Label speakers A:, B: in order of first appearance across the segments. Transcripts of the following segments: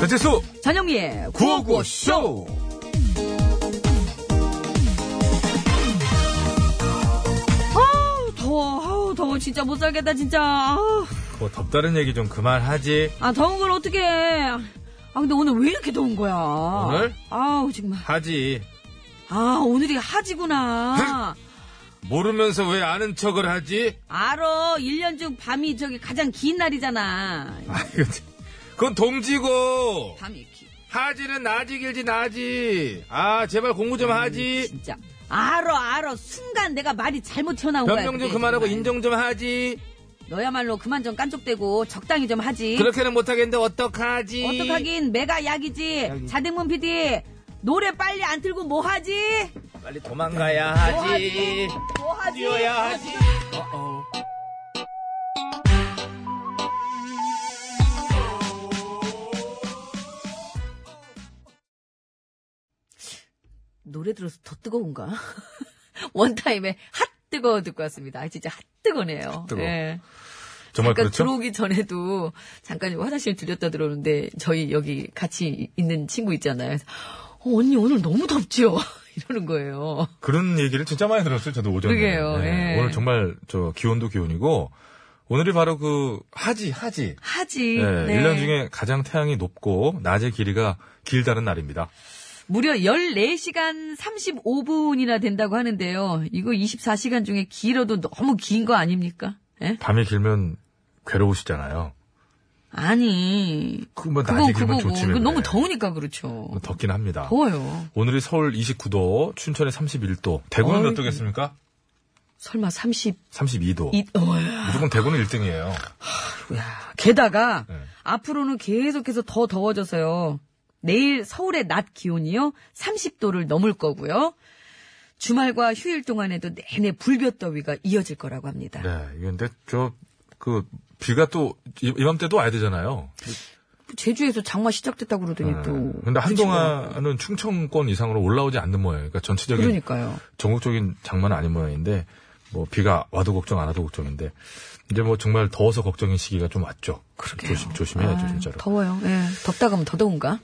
A: 배치수
B: 전영미의
A: 구호구쇼
B: 아우 더워 아우 더워 진짜 못 살겠다 진짜 아우,
A: 뭐 덥다는 얘기 좀 그만하지
B: 아 더운 걸 어떻게 아 근데 오늘 왜 이렇게 더운 거야
A: 오늘?
B: 아우 정말
A: 하지
B: 아 오늘이 하지구나
A: 네? 모르면서 왜 아는 척을 하지
B: 알어 1년 중 밤이 저기 가장 긴 날이잖아
A: 아이고 참. 그건 동지고
B: 밤이 기-
A: 하지는 낮이 길지 낮이 아 제발 공부 좀 하지
B: 진짜 알어 알어 순간 내가 말이 잘못 튀어나온 거야
A: 변명 좀
B: 그게
A: 그만하고
B: 정말.
A: 인정 좀 하지
B: 너야말로 그만 좀 깐족대고 적당히 좀 하지
A: 그렇게는 못하겠는데 어떡하지
B: 어떡하긴 메가 약이지
A: 약이.
B: 자댕문 PD 노래 빨리 안 틀고 뭐 하지?
A: 빨리 도망가야
B: 뭐
A: 하지
B: 하지? 뭐 하지?
A: 뛰어야
B: 뭐
A: 하지 어어
B: 노래 들어서 더 뜨거운가? 원타임에 핫 뜨거워 듣고 왔습니다. 아, 진짜 핫
A: 뜨거워. 아,
B: 뜨거네요.
A: 그렇죠?
B: 예.
A: 정말
B: 그러니까 들어오기 전에도 잠깐 화장실 들렸다 들어오는데 저희 여기 같이 있는 친구 있잖아요. 그래서, 어, 언니 오늘 너무 덥지요? 이러는 거예요.
A: 그런 얘기를 진짜 많이 들었어요. 저도 오전에.
B: 그러게요,
A: 네.
B: 예.
A: 오늘 정말 저 기온도 기온이고 오늘이 바로 그 하지 하지.
B: 하지.
A: 예,
B: 네.
A: 1년 중에 가장 태양이 높고 낮의 길이가 길다는 날입니다.
B: 무려 14시간 35분이나 된다고 하는데요. 이거 24시간 중에 길어도 너무 긴 거 아닙니까? 예?
A: 밤이 길면 괴로우시잖아요.
B: 아니.
A: 그건 뭐
B: 그건
A: 낮이 길면
B: 그거고.
A: 좋지. 뭐 왜
B: 그건 너무
A: 그래.
B: 더우니까 그렇죠.
A: 덥긴 합니다.
B: 더워요.
A: 오늘이 서울 29도, 춘천에 31도, 대구는 몇
B: 어이.
A: 도겠습니까?
B: 설마 32,
A: 32도.
B: 어야.
A: 무조건 대구는 1등이에요.
B: 게다가
A: 네.
B: 앞으로는 계속해서 더 더워져서요. 내일 서울의 낮 기온이요. 30도를 넘을 거고요. 주말과 휴일 동안에도 내내 불볕더위가 이어질 거라고 합니다.
A: 네, 이거 근데 저 그 비가 또 이- 이맘때도 와야 되잖아요.
B: 제주에서 장마 시작됐다고 그러더니
A: 네.
B: 또.
A: 근데
B: 그치고.
A: 한동안은 충청권 이상으로 올라오지 않는 모양이에요. 그러니까 전체적인
B: 그러니까요.
A: 전국적인 장마는 아닌 모양인데 뭐 비가 와도 걱정 안 와도 걱정인데 이제 뭐 정말 더워서 걱정인 시기가 좀 왔죠. 그렇게 조심 조심해야죠
B: 아유,
A: 네, 진짜로.
B: 더워요. 예. 덥다 가면 더 더운가?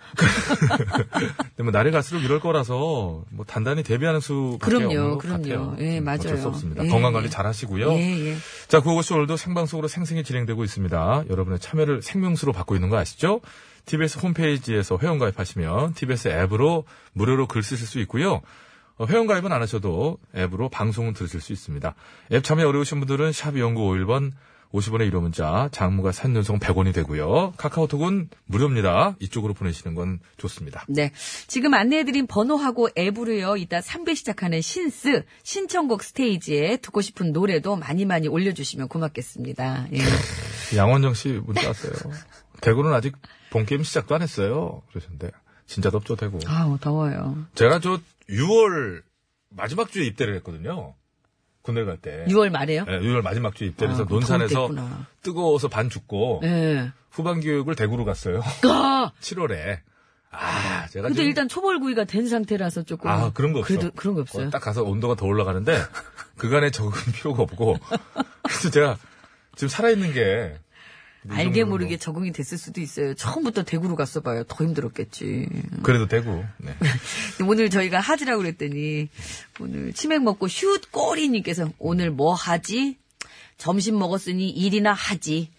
A: 근데 뭐 날이 갈수록 이럴 거라서 뭐 단단히 대비하는 수밖에
B: 그럼요,
A: 없는 것
B: 그럼요.
A: 같아요.
B: 예,
A: 음, 어쩔
B: 맞아요.
A: 수 없습니다.
B: 예,
A: 건강
B: 예.
A: 관리 잘 하시고요.
B: 예, 예.
A: 자, 그것이 오늘도 생방송으로 생생히 진행되고 있습니다. 여러분의 참여를 생명수로 받고 있는 거 아시죠? TBS 홈페이지에서 회원가입하시면 TBS 앱으로 무료로 글 쓰실 수 있고요. 어, 회원가입은 안 하셔도 앱으로 방송은 들으실 수 있습니다. 앱 참여 어려우신 분들은 샵 0951번 50원의 유료 문자, 장무가 3년송 100원이 되고요. 카카오톡은 무료입니다. 이쪽으로 보내시는 건 좋습니다.
B: 네. 지금 안내해드린 번호하고 앱으로요, 이따 3부 시작하는 신스, 신청곡 스테이지에 듣고 싶은 노래도 많이 많이 올려주시면 고맙겠습니다. 예.
A: 양원정 씨 문자 왔어요. 대구는 아직 본 게임 시작도 안 했어요. 그러셨는데 진짜 덥죠 대구.
B: 아우, 더워요.
A: 제가 저 6월 마지막 주에 입대를 했거든요. 군대 갈 때.
B: 6월 말에요?
A: 예, 6월 마지막 주에 입대를
B: 아,
A: 해서
B: 그럼
A: 논산에서
B: 더울 때 있구나.
A: 뜨거워서 반 죽고
B: 예.
A: 후반 교육을 대구로 갔어요.
B: 가!
A: 7월에. 아, 제가
B: 근데
A: 지금-
B: 일단 초벌구이가 된 상태라서 조금.
A: 아, 그런 거 없어.
B: 그래도 그런 거 없어요.
A: 어, 딱 가서 온도가 더 올라가는데 그간에 적은 필요가 없고 그래서 제가 지금 살아있는 게
B: 알게 모르게 적응이 됐을 수도 있어요. 처음부터 대구로 갔어봐요. 더 힘들었겠지.
C: 그래도 되고. 네.
B: 근데 오늘 저희가 하지라고 그랬더니 오늘 치맥 먹고 슛 꼬리님께서 오늘 뭐 하지? 점심 먹었으니 일이나 하지.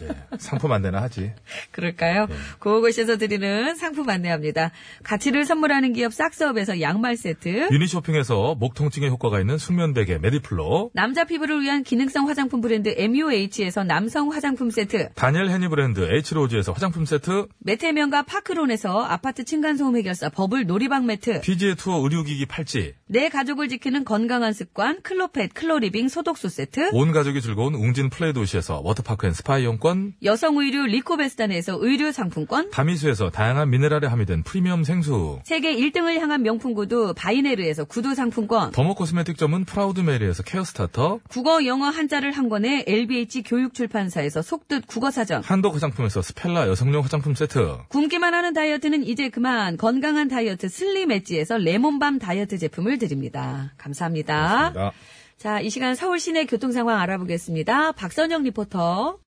C: 네. 상품 안내나 하지.
B: 그럴까요? 고고시에서 드리는 상품 안내합니다. 가치를 선물하는 기업 싹스업에서 양말 세트.
C: 유니쇼핑에서 목 통증에 효과가 있는 숙면 베개 메디플로,
B: 남자 피부를 위한 기능성 화장품 브랜드 MUH에서 남성 화장품 세트.
C: 다니엘 헤니 브랜드 H로즈에서 화장품 세트,
B: 메테면과 파크론에서 아파트 층간소음 해결사 버블 놀이방 매트.
C: PGA 투어 의료기기 팔찌,
B: 내 가족을 지키는 건강한 습관 클로펫 클로리빙 소독소 세트.
C: 온 가족이 즐거운 웅진 플레이 도시에서 워터파크 앤 스파 이용권,
B: 여성 의류 리코베스탄에서 의류 상품권.
C: 다미수에서 다양한 미네랄에 함유된 프리미엄 생수,
B: 세계 1등을 향한 명품 구두 바이네르에서 구두 상품권.
C: 더모 코스메틱점은 프라우드메리에서 케어 스타터,
B: 국어 영어 한자를 한 권에 LBH 교육 출판사에서 속뜻 국어 사전.
C: 한독 화장품에서 스펠라 여성용 화장품 세트,
B: 굶기만 하는 다이어트는 이제 그만 건강한 다이어트 슬림 엣지에서 레몬밤 다이어트 제품을 드립니다. 감사합니다.
C: 고맙습니다.
B: 자, 이 시간 서울 시내 교통 상황 알아보겠습니다. 박선영 리포터.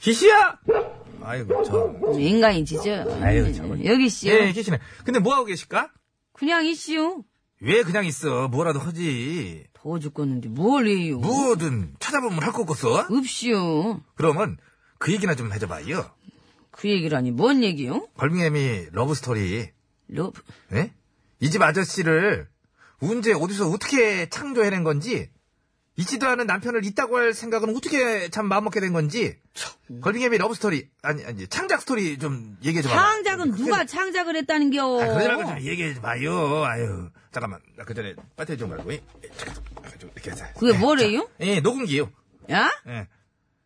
A: 기시야! 아이고, 저.
B: 인간이지죠. 음,
A: 아이고, 저걸.
B: 여기 씨요.
A: 예, 계시네. 근데 뭐하고 계실까?
B: 그냥 이씨요.
A: 왜 그냥 있어? 뭐라도 하지.
B: 더워 죽겠는데 뭘 해요.
A: 뭐든 찾아보면 할 거 없어?
B: 없이요.
A: 그러면 그 얘기나 좀 해줘봐요.
B: 그 얘기라니 뭔 얘기요?
A: 걸빙애미 러브스토리.
B: 러브.
A: 예? 이 집 아저씨를 언제 어디서 어떻게 창조해낸 건지, 있지도 않은 남편을 있다고 할 생각은 어떻게 참 마음먹게 된 건지, 걸빙애미 러브스토리, 아니, 아니, 창작 스토리 좀 얘기해줘봐.
B: 창작은 누가 어. 창작을 했다는겨.
A: 아, 그러지 말고 좀 얘기해봐요. 아유, 잠깐만. 나 그 전에 빠트리 좀 말고, 예, 잠깐, 좀 이렇게 해서.
B: 그게
A: 예,
B: 뭐래요?
A: 자, 예, 녹음기요.
B: 야?
A: 예.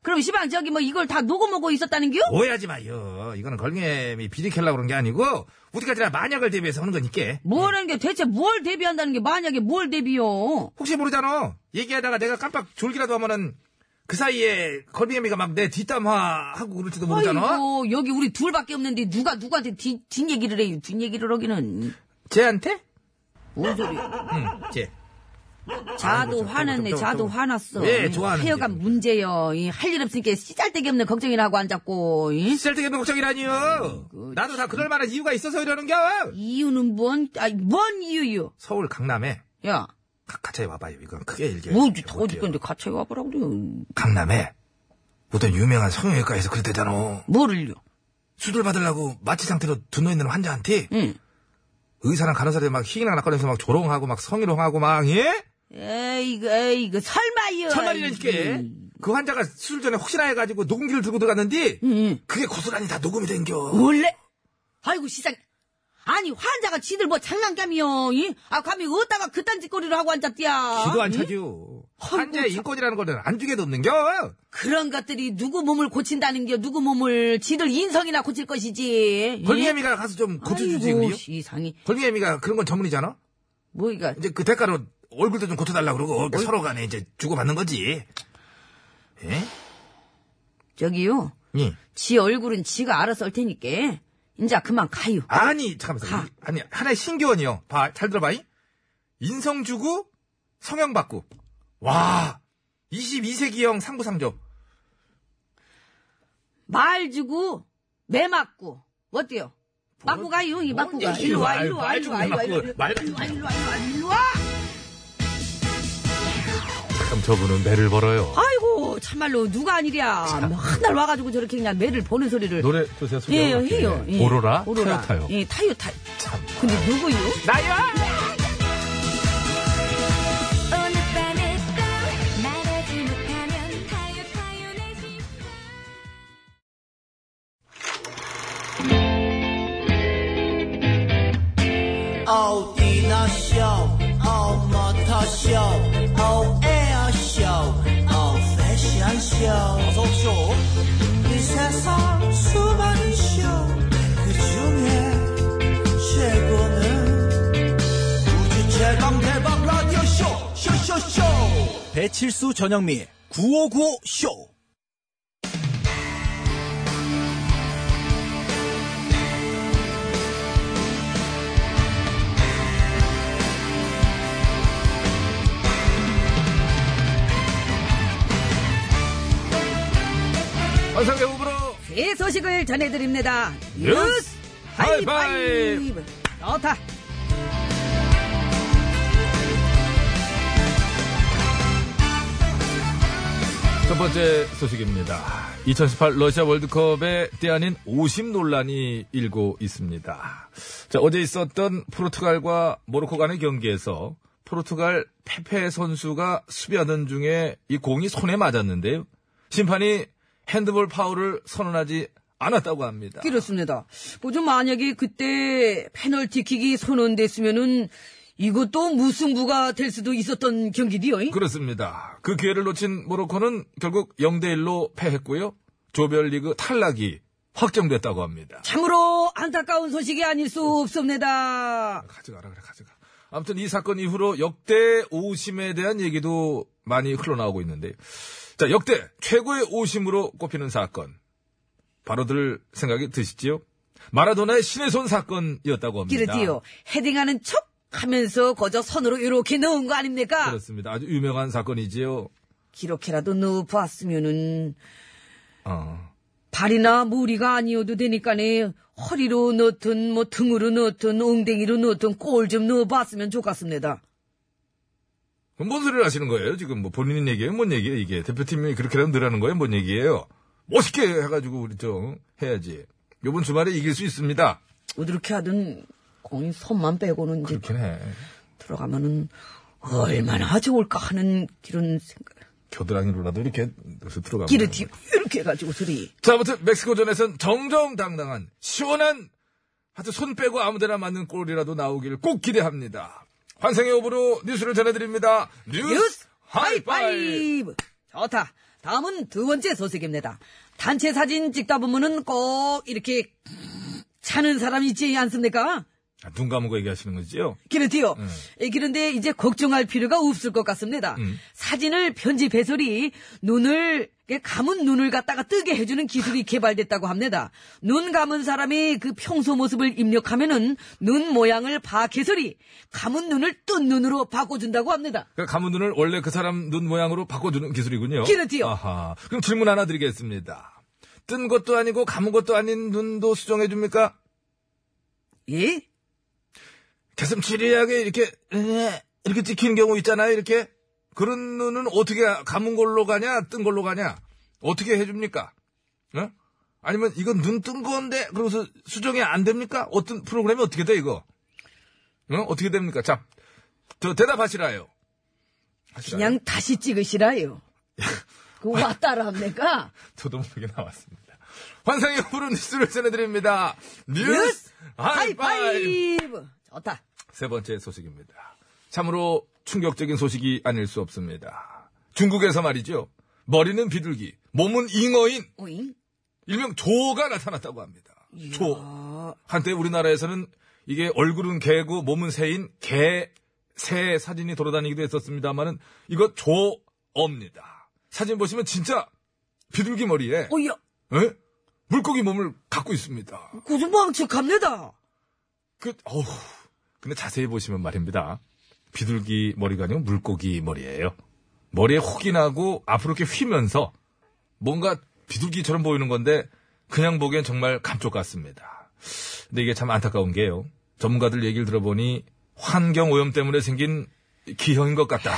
B: 그럼 시방 저기 뭐 이걸 다 녹음하고 있었다는겨?
A: 오해하지 마요. 이거는 걸개미 비리캘라 그런 게 아니고, 우리까지나 만약을 대비해서 하는 거니까.
B: 뭐라는 게 대체 뭘 대비한다는 게 만약에 뭘 대비요?
A: 혹시 모르잖아. 얘기하다가 내가 깜빡 졸기라도 하면은, 그 사이에 걸빙애미가 막 내 뒷담화하고 그럴지도 모르잖아.
B: 아이고 여기 우리 둘밖에 없는데 누가 누구한테 뒷, 뒷얘기를 해 뒷얘기를 하기는
A: 쟤한테?
B: 뭔
A: 아,
B: 소리야
A: 응, 쟤.
B: 자도
A: 아이고, 저,
B: 화났네
A: 저, 저, 저,
B: 자도
A: 저.
B: 화났어
A: 왜
B: 이
A: 예, 좋아하는지.
B: 하여간 문제여 이 할 일 없으니까 씨잘데기 없는 걱정이나 하고 앉았고 이?
A: 쓸데없는 걱정이라니요. 나도 다 그럴 만한 이유가 있어서 이러는 겨.
B: 이유는 뭔, 아니, 뭔 이유요?
A: 서울 강남에,
B: 야,
A: 가- 가차에 와봐요. 이건 크게 얘기해.
B: 뭐, 이제 더워 죽겠는데 같이 와보라고 그래요.
A: 강남에 어떤 유명한 성형외과에서 그랬대잖아.
B: 뭐를요?
A: 수술 받으려고 마취 상태로 둔너 있는 환자한테
B: 응.
A: 의사랑 간호사들 막 희귀나 낚아내면서 막 조롱하고 막 성희롱하고 막 예?
B: 에이그, 에이그, 설마요.
A: 천만이라니까. 그 환자가 수술 전에 혹시나 해가지고 녹음기를 들고 들어갔는데
B: 응.
A: 그게 고스란히 다 녹음이 된겨.
B: 원래? 아이고, 시상. 아니, 환자가 지들 뭐 장난감이요. 이? 아, 감히 어디다가 그딴 짓거리를 하고 앉았디야.
A: 기도 안
B: 응?
A: 차죠.
B: 음? 아이고,
A: 환자의
B: 참.
A: 인권이라는 거는 안 주게도 없는겨.
B: 그런 것들이 누구 몸을 고친다는 겨, 누구 몸을 지들 인성이나 고칠 것이지. 예?
A: 걸미애미가 가서 좀 고쳐주지
B: 아이고,
A: 그리요.
B: 시상이.
A: 걸미애미가 그런 건 전문이잖아.
B: 뭐, 이가
A: 이제 그 대가로 얼굴도 좀 고쳐달라 그러고 서로 간에 이제 주고받는 거지. 예?
B: 저기요.
A: 예.
B: 지 얼굴은 지가 알아서 할 테니까. 이제 그만 가요.
A: 아니, 잠깐만.
B: 가.
A: 아니, 하나의 신기원이요. 봐, 잘 들어봐. 잉 인성 주고, 성형 받고. 와, 22세기형 상부상조.
B: 말 주고 매 맞고 어때요? 맞고 가요 이 맞고 가 일로 와 일로 와 일로 와 일로 와 일로 와 일로
A: 말,
B: 와 일로 와 일로 와
C: 참 저분은 매를 벌어요.
B: 아이고 참말로 누가 아니랴 맨날 와가지고 저렇게 그냥 매를 보는 소리를
C: 노래 주세요. 소개
B: 예요
C: 한번
B: 해요
C: 할게요.
B: 예.
C: 오로라, 타요 타요.
B: 예 타요 타요
C: 참.
B: 근데 누구요?
A: 나야!
D: 오늘 밤에 또 말하지 못하면 타요 타요 내 심장
E: 어디나 쇼, 어머터 쇼, 어에어 쇼, 어패션 쇼. 어서 쇼. 이 세상 수많은 쇼, 그 중에 최고는 우주 최강 대박 라디오 쇼, 쇼쇼쇼. 배칠수 전영미, 9595 쇼.
D: 넌
A: 예.
F: 환상의 우브로
B: 새 소식을 전해드립니다.
A: 뉴스 하이파이브.
B: 좋다.
A: 첫 번째 소식입니다. 2018 러시아 월드컵에 때아닌 오심 논란이 일고 있습니다. 자, 어제 있었던 포르투갈과 모로코 간의 경기에서 포르투갈 페페 선수가 수비하던 중에 이 공이 손에 맞았는데요. 심판이 핸드볼 파울을 선언하지 않았다고 합니다.
B: 그렇습니다. 뭐좀 만약에 그때 페널티킥이 선언됐으면은 이것도 무승부가 될 수도 있었던 경기디요.
A: 그렇습니다. 그 기회를 놓친 모로코는 결국 0대1로 패했고요. 조별리그 탈락이 확정됐다고 합니다.
B: 참으로 안타까운 소식이 아닐 수 없습니다.
A: 가져가라 그래 가져가. 아무튼 이 사건 이후로 역대 오심에 대한 얘기도 많이 흘러나오고 있는데, 자 역대 최고의 오심으로 꼽히는 사건 바로들 생각이 드시지요? 마라도나의 신의 손 사건이었다고 합니다.
B: 그렇디요. 헤딩하는 척 하면서 거저 선으로 이렇게 넣은 거 아닙니까?
A: 그렇습니다. 아주 유명한 사건이지요.
B: 기렇게라도 넣어봤으면은
A: 어.
B: 발이나 무리가 아니어도 되니까네 허리로 넣든 뭐 등으로 넣든 엉덩이로 넣든 골 좀 넣어봤으면 좋겠습니다.
A: 그럼 뭔 소리를 하시는 거예요? 지금 뭐 본인 얘기예요? 뭔 얘기예요? 이게 대표팀이 그렇게라도 늘하는 거예요? 뭔 얘기예요? 멋있게 해가지고 우리 좀 해야지. 요번 주말에 이길 수 있습니다.
B: 어떻게 하든 공이 손만 빼고는 이제
A: 그렇긴 해.
B: 들어가면은 얼마나 좋을까 하는 그런 생각.
A: 겨드랑이로라도 이렇게 넣어서 들어가면.
B: 길을 뒤 이렇게 해가지고 들이.
A: 자, 아무튼 멕시코전에선 정정당당한 시원한 하여튼 손 빼고 아무데나 맞는 골이라도 나오길 꼭 기대합니다. 환생의 오브로 뉴스를 전해드립니다. 뉴스,
B: 뉴스
A: 하이파이!
B: 하이파이브. 좋다. 다음은 두 번째 소식입니다. 단체 사진 찍다 보면은 꼭 이렇게 차는 사람 있지 않습니까?
A: 아, 눈 감고 얘기하시는 거지요?
B: 그렇지요.
A: 음.
B: 예, 그런데 이제 걱정할 필요가 없을 것 같습니다.
A: 음.
B: 사진을 편집해서리 눈을 이게 감은 눈을 갖다가 뜨게 해주는 기술이 개발됐다고 합니다. 눈 감은 사람이 그 평소 모습을 입력하면은 눈 모양을 파악해서리 감은 눈을 뜬 눈으로 바꿔준다고 합니다.
A: 그러니까 감은 눈을 원래 그 사람 눈 모양으로 바꿔주는 기술이군요.
B: 그렇지요.
A: 아하. 그럼 질문 하나 드리겠습니다. 뜬 것도 아니고 감은 것도 아닌 눈도 수정해줍니까?
B: 예?
A: 가슴 지리하게 이렇게 에, 이렇게 찍히는 경우 있잖아요. 이렇게 그런 눈은 어떻게 감은 걸로 가냐, 뜬 걸로 가냐? 어떻게 해줍니까? 어? 아니면 이건 눈 뜬 건데 그러고서 수정이 안 됩니까? 어떤 프로그램이 어떻게 돼 이거? 어? 어떻게 됩니까? 자, 저 대답하시라요. 하시라요.
B: 그냥 다시 찍으시라요. 그 왔다라 합니까?
A: 저도 모르게 나왔습니다. 환상의 후른 뉴스를 전해드립니다. 뉴스
B: 뉴스
A: 하이파이브!
B: 하이파이브. 좋다.
A: 세 번째 소식입니다. 참으로 충격적인 소식이 아닐 수 없습니다. 중국에서 말이죠. 머리는 비둘기, 몸은 잉어인,
B: 오잉.
A: 일명 조가 나타났다고 합니다. 조.
B: 아,
A: 한때 우리나라에서는 이게 얼굴은 개고 몸은 새인 개, 새 사진이 돌아다니기도 했었습니다만은 이거 조어입니다. 사진 보시면 진짜 비둘기 머리에
B: 오야.
A: 에? 물고기 몸을 갖고 있습니다.
B: 고좀 망측합니다.
A: 그, 어우. 근데 자세히 보시면 말입니다. 비둘기 머리가 아니고 물고기 머리예요. 머리에 혹이 나고 앞으로 이렇게 휘면서 뭔가 비둘기처럼 보이는 건데 그냥 보기엔 정말 감쪽 같습니다. 근데 이게 참 안타까운 게요. 전문가들 얘기를 들어보니 환경 오염 때문에 생긴 기형인 것 같다.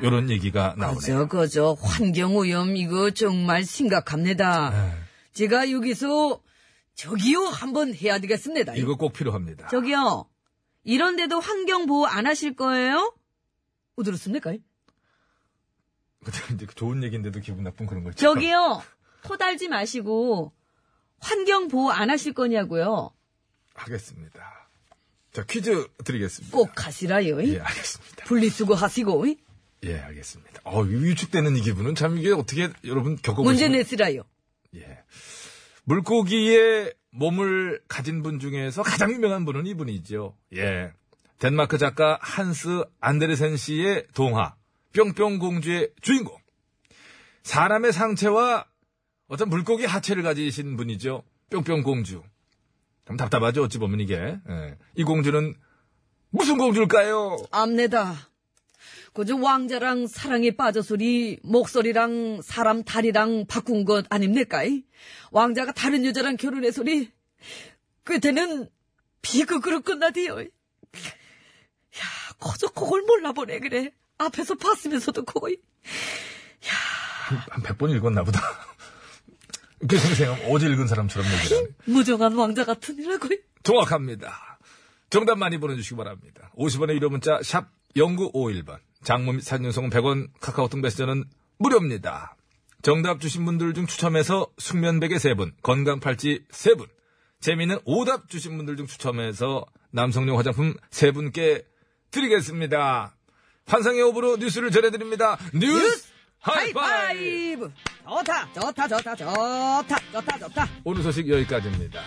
A: 이런 얘기가 나오네요.
B: 그죠, 그죠. 환경오염, 이거 정말 심각합니다.
A: 네.
B: 제가 여기서, 저기요, 한번 해야 되겠습니다.
A: 이거 꼭 필요합니다.
B: 저기요, 이런데도 환경보호 안 하실 거예요? 어, 들었습니까?
A: 근데 이제 좋은 얘기인데도 기분 나쁜 그런 거 있죠.
B: 저기요, 토달지 마시고, 환경보호 안 하실 거냐고요?
A: 하겠습니다. 자, 퀴즈 드리겠습니다.
B: 꼭 하시라요.
A: 예, 알겠습니다.
B: 분리수거 하시고,
A: 예, 알겠습니다. 어, 이 위축되는 이 기분은 참 이게 어떻게 여러분 겪어보시면
B: 문제 내시라요.
A: 예. 물고기의 몸을 가진 분 중에서 가장 유명한 분은 이분이죠. 예. 덴마크 작가 한스 안데르센 씨의 동화 뿅뿅 공주의 주인공. 사람의 상체와 어떤 물고기 하체를 가지신 분이죠. 뿅뿅 공주. 참 답답하죠. 어찌 보면 이게. 예. 이 공주는 무슨 공주일까요?
B: 압니다. 그저 왕자랑 사랑에 빠져서리 목소리랑 사람 다리랑 바꾼 것 아닙니까이? 왕자가 다른 여자랑 결혼해서리 끝에는 비극으로 끝나디요. 야, 거저 그걸 몰라보네 그래. 앞에서 봤으면서도 그거
A: 한 100번 읽었나 보다. 이렇게 생각하면 어제 읽은 사람처럼 얘기를 하네.
B: 무정한 왕자 같으니라고.
A: 정확합니다. 정답 많이 보내주시기 바랍니다. 50원의 유료 문자 샵 0951번 장모 및 사진송은 100원 카카오톡 메시지는 무료입니다. 정답 주신 분들 중 추첨해서 숙면베개 3분 건강 팔찌 3분 재미있는 오답 주신 분들 중 추첨해서 남성용 화장품 3분께 드리겠습니다. 환상의 호불호 뉴스를 전해드립니다. 뉴스, 하이파이!
B: 하이파이브! 좋다, 좋다, 좋다, 좋다, 좋다, 좋다.
A: 오늘 소식 여기까지입니다.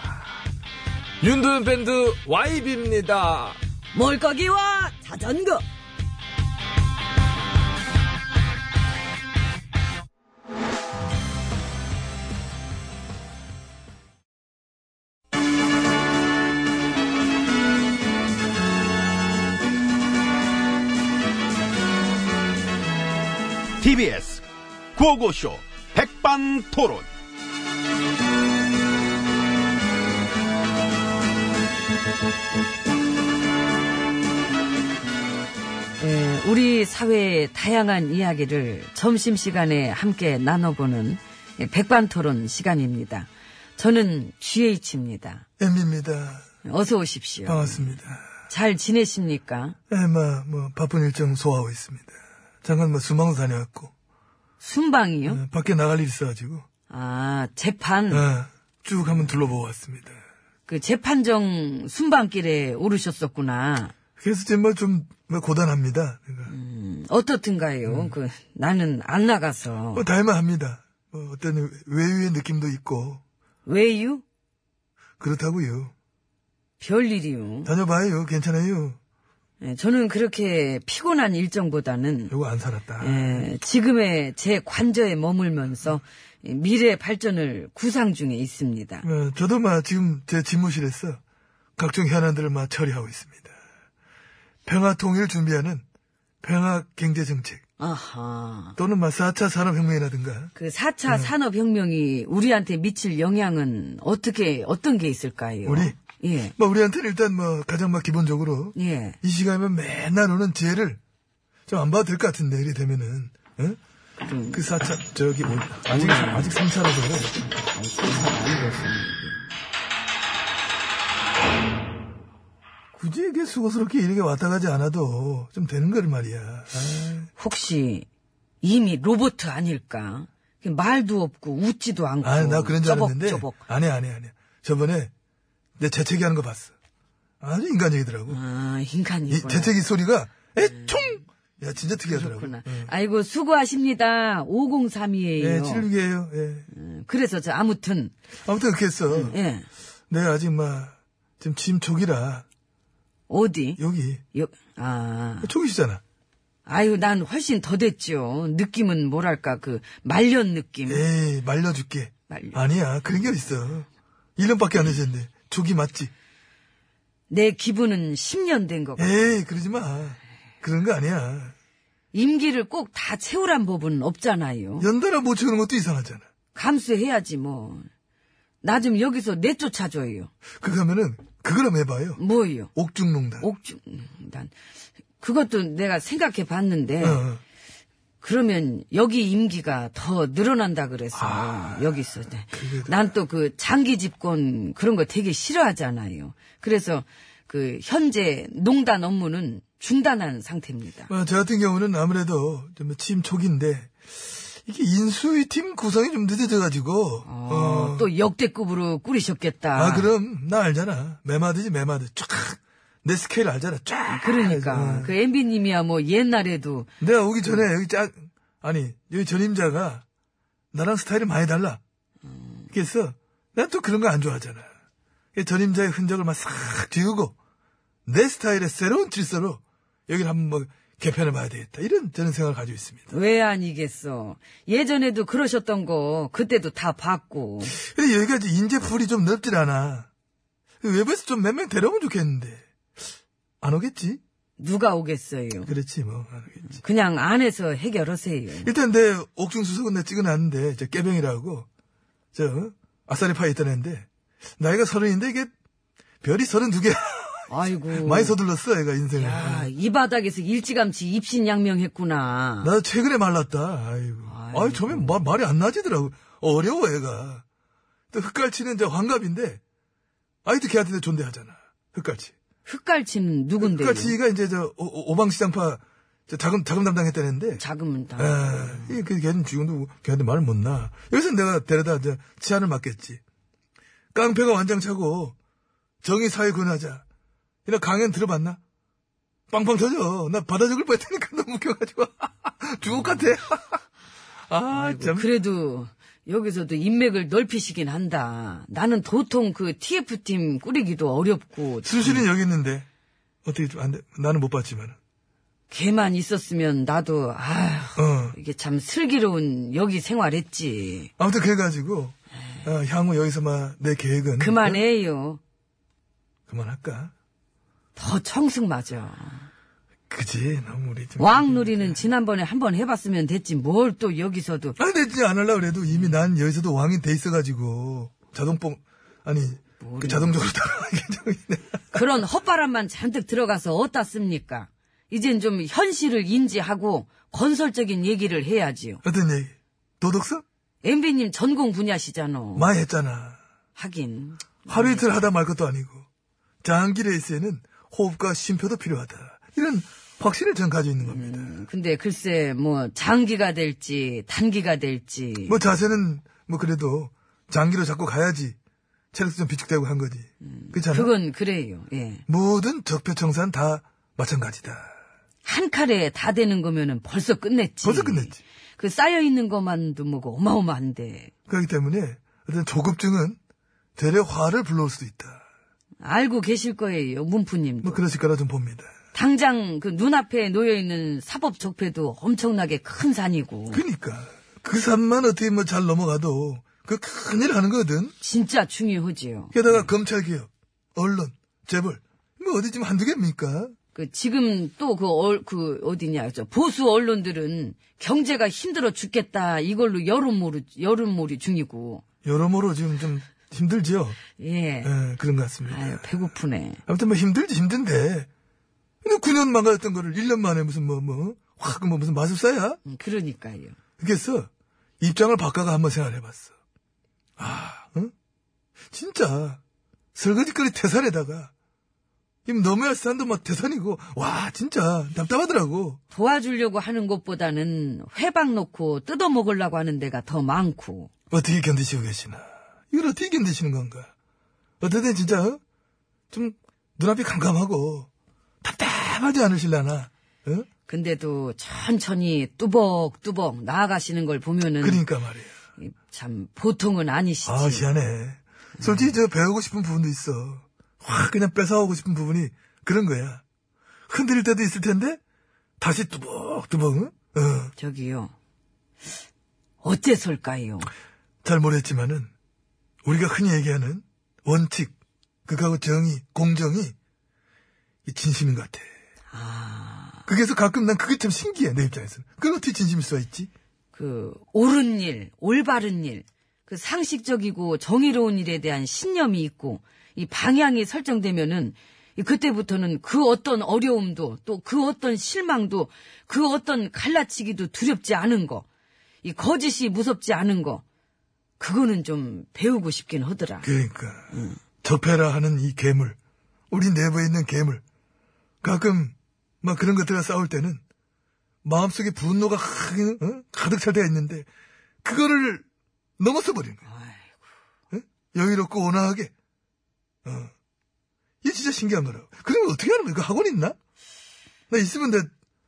A: 윤도현 밴드 YB입니다.
B: 물고기와 자전거.
G: TBS 구호고쇼 백반토론.
B: 예, 우리 사회의 다양한 이야기를 점심시간에 함께 나눠보는 예, 백반토론 시간입니다. 저는 GH입니다.
H: 엠입니다.
B: 어서 오십시오.
H: 반갑습니다.
B: 잘 지내십니까?
H: 에마 뭐 바쁜 일정 소화하고 있습니다. 잠깐 뭐 수망도 다녀왔고
B: 순방이요?
H: 어, 밖에 나갈 일 있어가지고
B: 아, 재판.
H: 어, 쭉 한번 둘러보고 왔습니다.
B: 그 재판정 순방길에 오르셨었구나.
H: 그래서 정말 좀뭐 고단합니다. 그러니까.
B: 음, 어. 어떻든가요? 그, 나는 안 나가서.
H: 뭐 다할만합니다. 뭐 어떤 외유의 느낌도 있고
B: 왜요?
H: 그렇다고요.
B: 별일이요.
H: 다녀봐요. 괜찮아요.
B: 예, 저는 그렇게 피곤한 일정보다는
H: 요거 안 살았다.
B: 예, 지금의 제 관저에 머물면서 이 미래 발전을 구상 중에 있습니다.
H: 어, 저도 막 지금 제 집무실에서 각종 현안들을 막 처리하고 있습니다. 평화 통일 준비하는 평화 경제 정책
B: 아하.
H: 또는 막 4차 산업혁명이라든가
B: 그 4차
H: 음.
B: 산업혁명이 우리한테 미칠 영향은 어떻게, 어떤 게 있을까요?
H: 우리?
B: 예,
H: 뭐 우리한테는 일단 뭐 가장 막 기본적으로
B: 예.
H: 이 시간이면 맨날 오는 지혜를 좀 안 봐도 될 것 같은데 이래 되면은 응? 그 4차 저기 뭐 아직 아직 3차라서 그래 굳이 이게 수고스럽게 이렇게 왔다 가지 않아도 좀 되는 걸 말이야 아,
B: 혹시 이미 로봇 아닐까? 말도 없고 웃지도 않고.
H: 아니 나 그런 줄 알았는데
B: 쪼벅쪼벅.
H: 아니 아니 아니 저번에 내 재채기 하는 거 봤어 아주 인간적이더라고
B: 아,
H: 이
B: 인간이구나.
H: 재채기 소리가 에총 야 진짜 특이하더라고
B: 네. 그렇구나.
H: 응.
B: 아이고 수고하십니다. 5032예요.
H: 예, 76이에요. 예.
B: 그래서 저 아무튼
H: 아무튼 그렇게 했어.
B: 예.
H: 내가 아직 막, 지금 짐 족이라,
B: 어디?
H: 여기.
B: 여- 아.
H: 족이시잖아.
B: 아유, 난 훨씬 더 됐죠. 느낌은 뭐랄까 그 말년 느낌.
H: 에이, 말려줄게.
B: 말려.
H: 아니야, 그런 게 어딨어. 1년밖에 안 되셨는데, 족이 맞지?
B: 내 기분은 10년 된 것 같아.
H: 에이, 그러지 마. 그런 거 아니야.
B: 임기를 꼭 다 채우란 법은 없잖아요.
H: 연달아 못 채우는 것도 이상하잖아.
B: 감수해야지 뭐. 나 좀 여기서 내쫓아줘요.
H: 그거 하면은, 그거랑 해봐요.
B: 뭐요?
H: 옥중농단.
B: 음. 옥중 난 그것도 내가 생각해 봤는데
H: 어, 어.
B: 그러면 여기 임기가 더 늘어난다 그래서
H: 아,
B: 여기 있어. 네. 난 또 그 장기 집권 그런 거 되게 싫어하잖아요. 그래서 그 현재 농단 업무는 중단한 상태입니다.
H: 아, 저 같은 경우는 아무래도 좀침 족인데, 이게 인수위 팀 구성이 좀 늦어져가지고,
B: 어,
H: 어,
B: 또 역대급으로 꾸리셨겠다.
H: 아, 그럼, 나 알잖아. 메마드지, 메마드. 쫙. 내 스케일 알잖아. 쫙.
B: 그러니까
H: 어.
B: 그 MB님이야 뭐 옛날에도
H: 내가 오기 전에 여기 쫙, 아니, 여기 전임자가 나랑 스타일이 많이 달라.
B: 음.
H: 그래서, 난 또 그런 거 안 좋아하잖아. 이 전임자의 흔적을 막 싹 지우고, 내 스타일의 새로운 질서로 여기를 한번 뭐 개편해 봐야 되겠다. 이런 저는 생각을 가지고 있습니다.
B: 왜 아니겠어. 예전에도 그러셨던 거 그때도 다 봤고.
H: 근데 여기까지 인재풀이 좀그 넓질 않아. 외부에서 좀 몇 명 데려오면 좋겠는데. 안 오겠지?
B: 누가 오겠어요.
H: 그렇지 뭐. 안 하겠지.
B: 그냥 안에서 해결하세요.
H: 일단 내 옥중 수석은 내가 찍어놨는데 저 깨병이라고 저 어? 아싸리 파에 있던 애인데 나이가 서른인데 이게 별이 서른두 개야.
B: 아이고.
H: 많이 서둘렀어 애가 인생을.
B: 야, 아, 이 바닥에서 일찌감치 입신양명했구나.
H: 나 최근에 말랐다. 아이고.
B: 아이고.
H: 아이 처음에 마- 말이 안 나지더라고. 어려워 애가. 또 흑갈치는 이제 환갑인데 아이도 걔한테 존대하잖아. 흑갈치.
B: 흑갈치는 누군데? 요
H: 흑갈치가 그러니까 이제 저 오- 오- 오방시장파 저 자금 자금 담당했다는데.
B: 자금은 다.
H: 아, 이, 그, 걔는 지금도 걔한테 말을 못 나. 여기서 내가 데려다 이제 치안을 맡겠지. 깡패가 완장차고 정의 사회 근하자. 이나 강연 들어봤나? 빵빵 터져. 나 받아 적을 뻔했다니까 너무 웃겨가지고. 주옥 같아. 아, 참.
B: 그래도 여기서도 인맥을 넓히시긴 한다. 나는 도통 그 TF팀 꾸리기도 어렵고
H: 수신은 여기 있는데. 어떻게 좀 안 돼. 나는 못 봤지만.
B: 걔만 있었으면 나도 아휴
H: 어.
B: 이게 참 슬기로운 여기 생활했지.
H: 아무튼 그래가지고, 어, 향후 여기서만 내 계획은.
B: 네. 그만해요.
H: 그만할까?
B: 더 청승 맞아.
H: 그지? 너무 우리 좀.
B: 왕놀이는 지난번에 한번 해봤으면 됐지 뭘 또 여기서도
H: 아니, 근데 진짜 안 하려고 그래도 이미 난 여기서도 왕이 돼 있어가지고, 자동뽕, 아니, 그 자동적으로 따라가게
B: 그런 헛바람만 잔뜩 들어가서 어디다 씁니까? 이젠 좀 현실을 인지하고 건설적인 얘기를 해야지요.
H: 어떤 얘기? 도덕성?
B: MB님 전공 분야시잖아.
H: 많이 했잖아.
B: 하긴.
H: 하루 이틀 하다 말 것도 아니고, 장기 레이스에는 호흡과 쉼표도 필요하다. 이런 확신을 전 가지고 있는 겁니다.
B: 음, 근데 글쎄 뭐 장기가 될지 단기가 될지
H: 뭐 자세는, 뭐 그래도, 장기로 잡고 가야지. 체력도 좀 비축되고 한 거지. 그렇잖아.
B: 음. 그건 그래요. 예.
H: 모든 적폐청산 다 마찬가지다.
B: 한 칼에 다 되는 거면은 벌써 끝냈지.
H: 벌써 끝냈지.
B: 그 쌓여 있는 것만도 뭐고 어마어마한데
H: 그렇기 때문에, 어떤 조급증은 되려 화를 불러올 수도 있다.
B: 알고 계실 거예요 문프님도.
H: 뭐 그러실 거라 좀 봅니다.
B: 당장 그 눈앞에 놓여 있는 사법 적폐도 엄청나게 큰 산이고
H: 그러니까 그 산만 어떻게 뭐 잘 넘어가도 그 큰일 하는 거거든.
B: 진짜 중요하지요.
H: 게다가 검찰 개혁, 언론, 재벌 뭐 어디쯤 한두 개입니까?
B: 그 지금 또그그 어디냐 저 보수 언론들은 경제가 힘들어 죽겠다 이걸로 여론몰이 여론몰이 중이고
H: 여러모로 지금 좀 힘들지요.
B: 예.
H: 예, 그런 것 같습니다.
B: 아유, 배고프네.
H: 아무튼 뭐 힘들지 힘든데. 근데 9년 망가졌던 거를 1년 만에 무슨 뭐 뭐 확 뭐 무슨 마술사야?
B: 음, 그러니까요.
H: 그래서 입장을 바꿔가 한번 생각해봤어. 아, 응? 진짜 설거지거리 태산에다가 임 너무야 산도 막 태산이고 와 진짜 답답하더라고.
B: 도와주려고 하는 것보다는 회방 놓고 뜯어먹으려고 하는 데가 더 많고.
H: 어떻게 견디시고 계시나? 이걸 어떻게 견디시는 건가? 어쨌든 진짜 어? 좀 눈앞이 캄캄하고 답답하지 않으실라나? 어?
B: 근데도 천천히 뚜벅뚜벅 나아가시는 걸 보면은
H: 그러니까 말이야.
B: 이참 보통은 아니시지.
H: 아 시안해. 솔직히 저 배우고 싶은 부분도 있어. 확 그냥 뺏어오고 싶은 부분이 그런 거야. 흔들릴 때도 있을 텐데 다시 뚜벅뚜벅 응? 어,
B: 저기요. 어째설까요?
H: 잘 모르겠지만은 우리가 흔히 얘기하는 원칙 그거하고 정의 공정이 이 진심인 것 같아. 그래서 가끔 난 그게 참 신기해 내 입장에서는. 그걸 어떻게 진심일 수가 있지?
B: 그 옳은 일, 올바른 일, 그 상식적이고 정의로운 일에 대한 신념이 있고 이 방향이 설정되면은 이 그때부터는 그 어떤 어려움도 또 그 어떤 실망도 그 어떤 갈라치기도 두렵지 않은 거, 이 거짓이 무섭지 않은 거, 그거는 좀 배우고 싶긴 하더라.
H: 그러니까 접해라 하는 이 괴물 우리 내부에 있는 괴물 가끔 막 그런 것들과 싸울 때는 마음속에 분노가 가득, 어? 가득 찰 때가 있는데 그거를 넘어서 버리는 거야
B: 아이고,
H: 여유롭고 온화하게 어. 이게 진짜 신기한 거라고 그러면 어떻게 하는 거야 이거 학원 있나? 나 있으면 내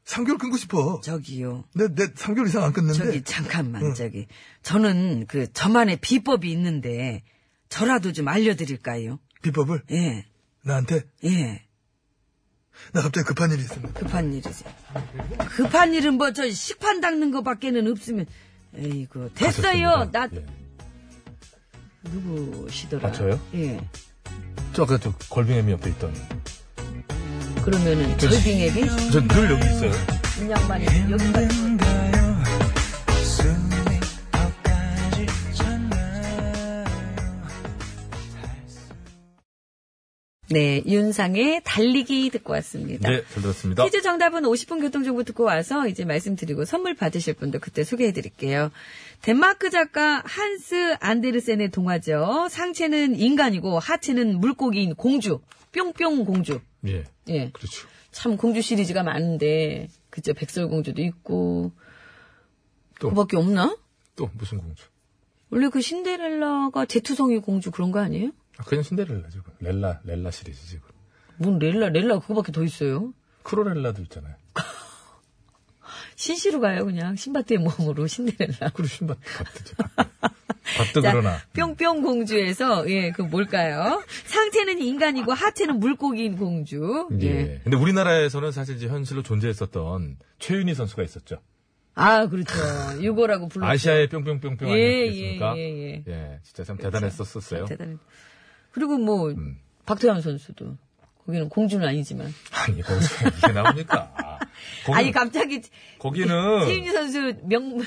H: 3개월 끊고 싶어
B: 저기요.
H: 내, 내 3개월 이상 안 끊는데
B: 저기 잠깐만
H: 응.
B: 저기 저는 그 저만의 비법이 있는데 저라도 좀 알려드릴까요?
H: 비법을
B: 예,
H: 나한테
B: 예.
H: 나 갑자기 급한 일이 있습니다
B: 급한 일이지. 급한 일은 뭐 저 식판 닦는 거밖에는 없으면. 에이구 됐어요.
A: 가셨습니다.
B: 나
A: 예.
B: 누구시더라?
A: 아, 저요?
B: 예.
A: 그, 저 아까 저 걸빙애미 옆에 있던
B: 그러면은 웨딩 앱이
A: 전 늘 여기 있어요.
B: 이 양반이 여기까지
A: 네.
B: 네, 윤상의 달리기 듣고 왔습니다.
A: 네, 잘 들었습니다.
B: 퀴즈 정답은 50분 교통정보 듣고 와서 이제 말씀드리고 선물 받으실 분도 그때 소개해 드릴게요. 덴마크 작가 한스 안데르센의 동화죠. 상체는 인간이고 하체는 물고기인 공주. 뿅뿅 공주.
A: 예,
B: 예.
A: 그렇죠.
B: 참 공주 시리즈가 많은데 그죠 백설공주도 있고
A: 또.
B: 그밖에 없나?
A: 또 무슨 공주?
B: 원래 그 신데렐라가 제투성이 공주 그런 거 아니에요?
A: 아, 그냥 신데렐라죠. 그건. 렐라, 렐라 시리즈 지금.
B: 뭔 렐라 렐라 그거밖에 더 있어요?
A: 크로렐라도 있잖아요.
B: 신시로 가요 그냥 신밧드의 몸으로 신데렐라.
A: 그리고 신밧 밥뜨죠. 밥도 그러나.
B: 뿅뿅 공주에서 예 그 뭘까요? 상체는 인간이고 하체는 물고기인 공주.
A: 예.
B: 예.
A: 근데 우리나라에서는 사실 이제 현실로 존재했었던 최윤희 선수가 있었죠.
B: 아 그렇죠. 유고라고 불렀죠.
A: 아시아의 뿅뿅뿅뿅 아니겠습니까?
B: 그렇죠. 예, 예,
A: 예, 진짜 참 대단했었었어요. 음.
B: 대단해. 그리고 뭐 박태환 선수도 거기는 공주는 아니지만.
A: 아니, 거기서 이게 나옵니까? 거기,
B: 아니 갑자기
A: 거기는
B: 최윤희 선수 명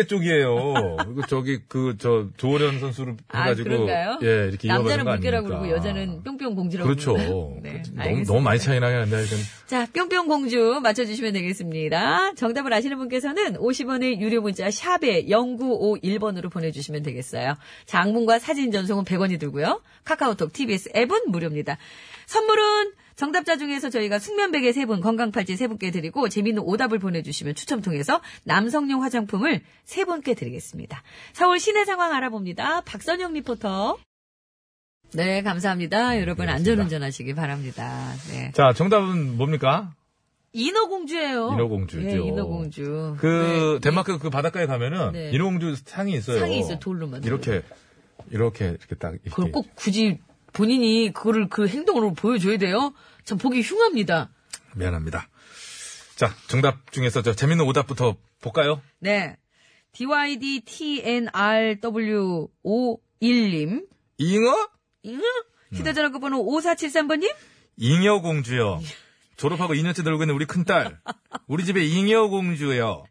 A: 물개 쪽이에요. 그리고 저기 그 저 조호련 선수를
B: 아,
A: 해가지고
B: 그런가요?
A: 예 이렇게 이어가는
B: 남자는
A: 거
B: 물개라고
A: 아닙니까?
B: 그러고 여자는 뿅뿅 공주라고
A: 그렇죠.
B: 그러는데. 네,
A: 너무,
B: 알겠습니다.
A: 너무 많이 차이 나게 한다. 이건
B: 자, 뿅뿅 공주 맞춰주시면 되겠습니다. 정답을 아시는 분께서는 50원의 유료 문자 샵에 0951번으로 보내주시면 되겠어요. 장문과 사진 전송은 100원이 들고요. 카카오톡, TBS 앱은 무료입니다. 선물은 정답자 중에서 저희가 숙면베개 3분, 건강팔찌 3분께 드리고 재미있는 오답을 보내주시면 추첨 통해서 남성용 화장품을 3분께 드리겠습니다. 서울 시내 상황 알아봅니다. 박선영 리포터. 네, 감사합니다. 여러분 안전운전 하시기 바랍니다. 네.
A: 자 정답은 뭡니까?
B: 인어공주예요.
A: 인어공주죠.
B: 예, 인어공주.
A: 그 덴마크 그 바닷가에 가면은
B: 네.
A: 인어공주 상이 있어요.
B: 상이 있어요, 돌로 만든.
A: 이렇게 이렇게 이렇게 딱 이렇게.
B: 그걸 꼭 굳이 본인이 그거를 그 행동으로 보여줘야 돼요? 참 보기 흉합니다.
A: 미안합니다. 자 정답 중에서 저 재밌는 오답부터 볼까요?
B: 네. DYDTNRW51님.
A: 잉어?
B: 휴대전화 끝번호 5473번님?
A: 잉여공주요. 졸업하고 2년째 놀고 있는 우리 큰딸. 우리 집에 잉여공주요.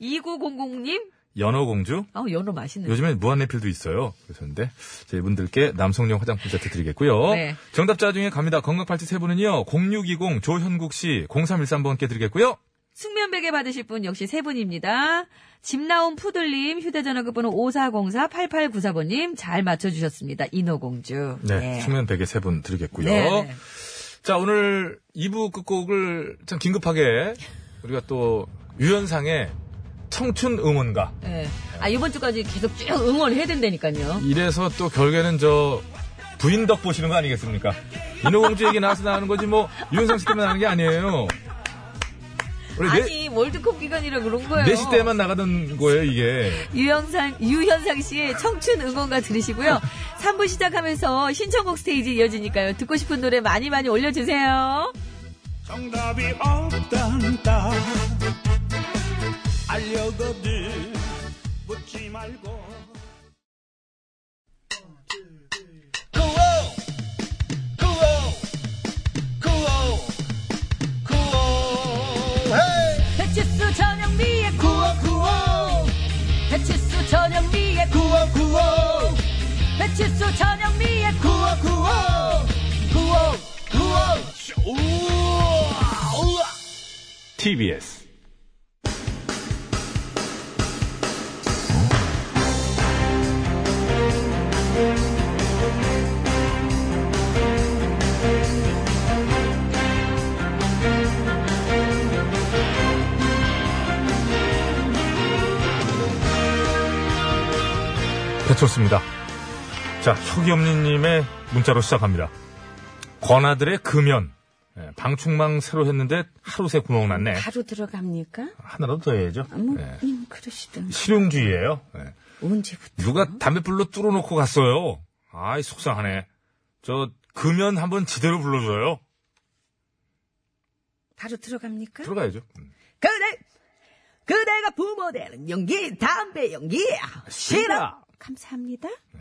B: 2900님?
A: 연어공주?
B: 아우, 연어 맛있네.
A: 요즘엔 무한리필도 있어요. 그러셨는데 자, 이분들께 남성용 화장품 세트 드리겠고요.
B: 네.
A: 정답자 중에 갑니다. 건강팔찌 세 분은요. 0620 조현국 씨 0313번께 드리겠고요.
B: 숙면베개 받으실 분 역시 세 분입니다. 집 나온 푸들님, 휴대전화 끝번호 5404-8894번님, 잘 맞춰주셨습니다. 인어공주.
A: 네.
B: 예.
A: 숙면 베개 세 분 드리겠고요.
B: 네, 네.
A: 자, 오늘 2부 끝곡을 참 긴급하게 우리가 또 유연상의 청춘 응원가.
B: 예. 아, 이번 주까지 계속 쭉 응원해야 된다니까요.
A: 이래서 또 결국에는 저 부인 덕 보시는 거 아니겠습니까? 인어공주 얘기 나와서 나오는 거지 뭐 유연상 씨 때문에 나는 게 아니에요. 우리 네-
B: 아니, 월드컵 기간이라 그런 거예요.
A: 4시 때만 나가던 거예요, 이게.
B: 유영상, 유현상 씨의 청춘 응원가 들으시고요. 3부 시작하면서 신청곡 스테이지 이어지니까요. 듣고 싶은 노래 많이 많이 올려주세요.
G: 정답이 없단다 알려거든 묻지 말고
B: 배치수 전영미의 9595. 배치수 전영미의 9595. 배치수 전영미의 9595.
A: TBS. 배쳤습니다. 자, 효기엄니님의 문자로 시작합니다. 권아들의 금연. 예, 방충망 새로 했는데 하루 새 구멍 났네.
B: 바로 들어갑니까? 아, 뭐.
A: 하나라도 더 해야죠. 예.
B: 님 그러시던
A: 실용주의예요. 예.
B: 언제부터?
A: 누가 담배불로 뚫어놓고 갔어요. 아이, 속상하네. 저, 금연 한번 제대로 불러줘요.
B: 바로 들어갑니까?
A: 들어가야죠. 음.
B: 그대, 그대가 부모되는 연기, 담배 연기야. 싫어. 감사합니다.
A: 네.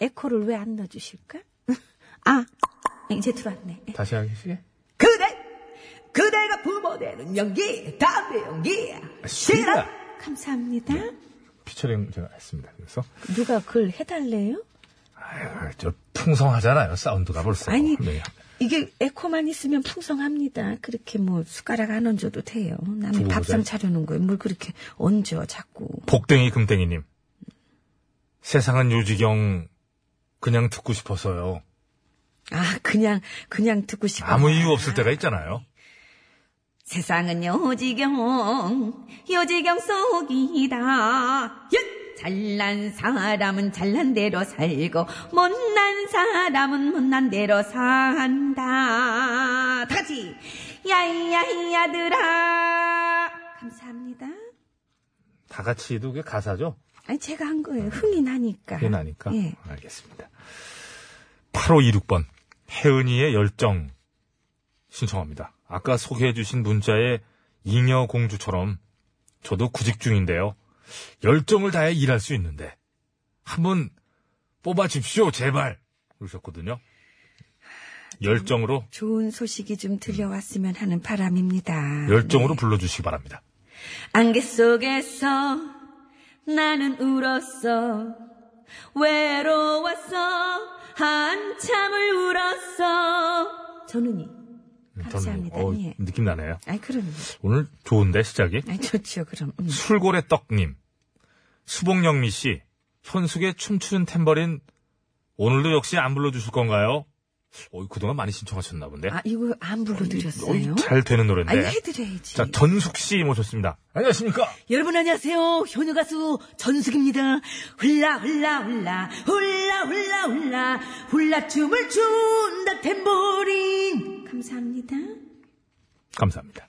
B: 에코를 왜 안 넣어주실까? 아, 이제 들어왔네.
A: 다시 하시게?
B: 그대, 그대가 부모되는 연기, 담배 연기.
A: 싫어.
B: 감사합니다.
A: 피처링 제가 했습니다. 그래서
B: 누가 그걸 해달래요?
A: 아유, 저 풍성하잖아요. 사운드가 벌써.
B: 아니.
A: 네.
B: 이게 에코만 있으면 풍성합니다. 그렇게 뭐 숟가락 안 얹어도 돼요. 남이
A: 두고
B: 밥상
A: 보자.
B: 차려놓은 거에 뭘 그렇게 얹어 자꾸.
A: 복댕이 금댕이님. 세상은 요지경 그냥 듣고 싶어서요.
B: 아 그냥 그냥 듣고 싶어.
A: 아무 이유 없을 때가 있잖아요.
B: 세상은 요지경, 요지경 속이다. 얏! 잘난 사람은 잘난 대로 살고, 못난 사람은 못난 대로 산다. 다 같이! 야이야이, 야들아! 감사합니다.
A: 다 같이도 그게 가사죠?
B: 아니, 제가 한 거예요. 흥이 나니까.
A: 그게 나니까.
B: 예.
A: 알겠습니다. 8526번. 혜은이의 열정. 신청합니다. 아까 소개해주신 문자의 잉여공주처럼 저도 구직 중인데요. 열정을 다해 일할 수 있는데. 한번 뽑아주십시오, 제발! 그러셨거든요. 열정으로,
B: 좋은 소식이 좀 들려왔으면 하는 바람입니다. 네.
A: 열정으로 불러주시기 바랍니다.
B: 안개 속에서 나는 울었어 외로웠어 한참을 울었어 전은이 감사합니다
A: 어,
B: 예.
A: 느낌 나네요.
B: 아이 그럼
A: 오늘 좋은데, 시작이?
B: 아이 좋죠 그럼 음.
A: 술고래 떡님, 수봉영미 씨, 현숙의 춤추는 탬버린 오늘도 역시 안 불러주실 건가요? 어, 그동안 많이 신청하셨나 본데.
B: 아 이거 안 불러드렸어요
A: 어이, 잘 되는
B: 아니
A: 노래인데.
B: 해드려야지
A: 자, 전숙 씨 모셨습니다. 안녕하십니까?
B: 여러분 안녕하세요. 효녀 가수 전숙입니다. 훌라 훌라 훌라 훌라 훌라 훌라 훌라 춤을 춘다 탬버린. 감사합니다.
A: 감사합니다.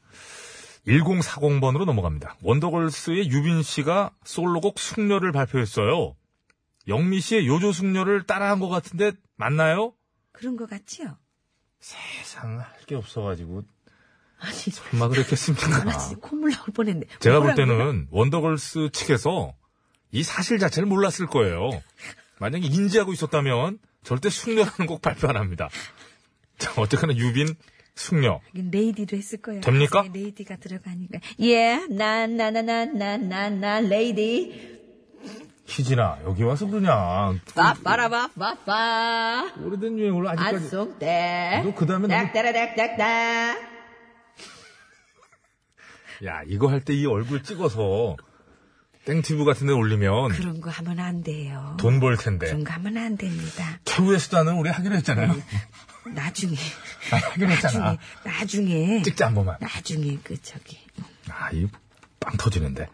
A: 1040번으로 넘어갑니다. 원더걸스의 유빈 씨가 솔로곡 숙녀를 발표했어요. 영미 씨의 요조 숙녀를 따라한 것 같은데 맞나요?
B: 그런 것 같지요?
A: 세상 할 게 없어가지고
B: 아니
A: 설마 그랬겠습니까?
B: 나 진짜 콧물 나올 뻔했네.
A: 제가 볼
B: 뭐라고요?
A: 때는 원더걸스 측에서 이 사실 자체를 몰랐을 거예요. 만약에 인지하고 있었다면 절대 숙녀라는 곡 발표 안 합니다. 자, 어쨌거나 유빈 숙녀.
B: 하긴 레이디로 했을 거예요.
A: 됩니까?
B: 나중에 레이디가 들어가니까. 예, 나나나나나나나 레이디.
A: 희진아 여기 와서 그러냐.
B: 빠빠라바빠빠.
A: 오래된 유행으로 아직까지.
B: 안송대.
A: 너그 다음에 너무-
B: 딱따라닥닥닥.
A: 그- 야 이거 할 때 이 얼굴 찍어서 땡튜브 같은 데 올리면
B: 그런 거 하면 안 돼요.
A: 돈 벌 텐데.
B: 그런 거 하면 안 됩니다.
A: 최후의 수단은 우리 하기로 했잖아요.
B: 나중에.
A: 아,
B: 네,
A: 하기로 했잖아.
B: 나중에. 나중에.
A: 찍자 한 번만.
B: 나중에 그 저기.
A: 아, 이빵 터지는데.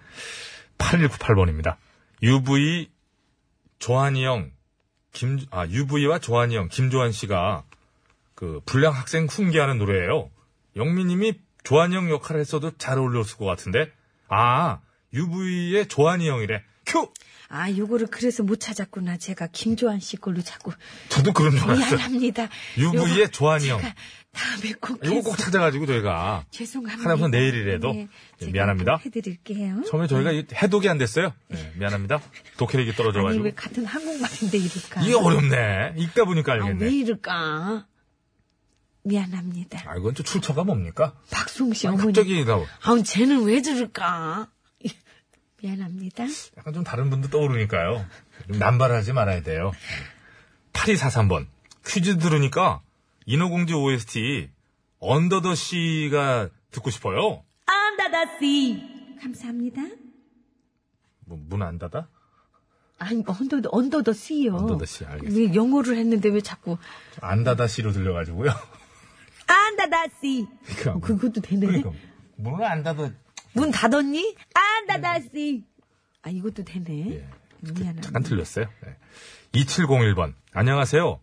A: 8198번입니다. UV 조한이 형, 김, 아, UV와 조한이 형, 김조한 씨가 그 불량 학생 훈계하는 노래예요. 영미님이 조한이 형 역할을 했어도 잘 어울렸을 것 같은데. 아, UV의 조한이 형이래. 큐!
B: 아, 요거를 그래서 못 찾았구나. 제가 김조한 씨 걸로 자꾸.
A: 저도 그런 줄 알았어요.
B: 미안합니다.
A: UV 의
B: 요거
A: 조한이 형.
B: 제가 다음에 꼭.
A: 이거 꼭
B: 해서-
A: 찾아가지고 저희가
B: 죄송합니다.
A: 하나부터 내일이라도
B: 예,
A: 예,
B: 제가
A: 미안합니다.
B: 꼭 해드릴게요.
A: 처음에 저희가 이 해독이 안 됐어요. 네, 미안합니다. 독해력이
B: 아니,
A: 떨어져가지고.
B: 왜 같은 한국말인데 이럴까?
A: 이게 어렵네. 읽다 보니까
B: 그러니까. 아,
A: 알겠네.
B: 왜 이럴까? 미안합니다.
A: 아, 이건 또 출처가 뭡니까?
B: 박송 씨
A: 아니,
B: 어머니.
A: 갑자기 나
B: 아우, 쟤는 왜 저럴까? 미안합니다.
A: 약간 좀 다른 분도 떠오르니까요. 좀 남발하지 말아야 돼요. 8243번. 퀴즈 들으니까 인어공주 OST 언더더 씨가 듣고 싶어요.
B: 안다다씨. 감사합니다.
A: 뭐, 문 안 닫아?
B: 아니, 언더더, 언더더 씨요.
A: 언더더 씨, 알겠습니다.
B: 왜 영어를 했는데 왜 자꾸. 아,
A: 안 닫아 씨로 들려가지고요.
B: 안다다씨.
A: 그러니까,
B: 어, 그것도 되네.
A: 그러니까 문을 안 닫아.
B: 문 아, 닫았니? 안다다씨. 아, 이것도 되네.
A: 예.
B: 미안합니다.
A: 잠깐 틀렸어요. 네. 2701번. 안녕하세요.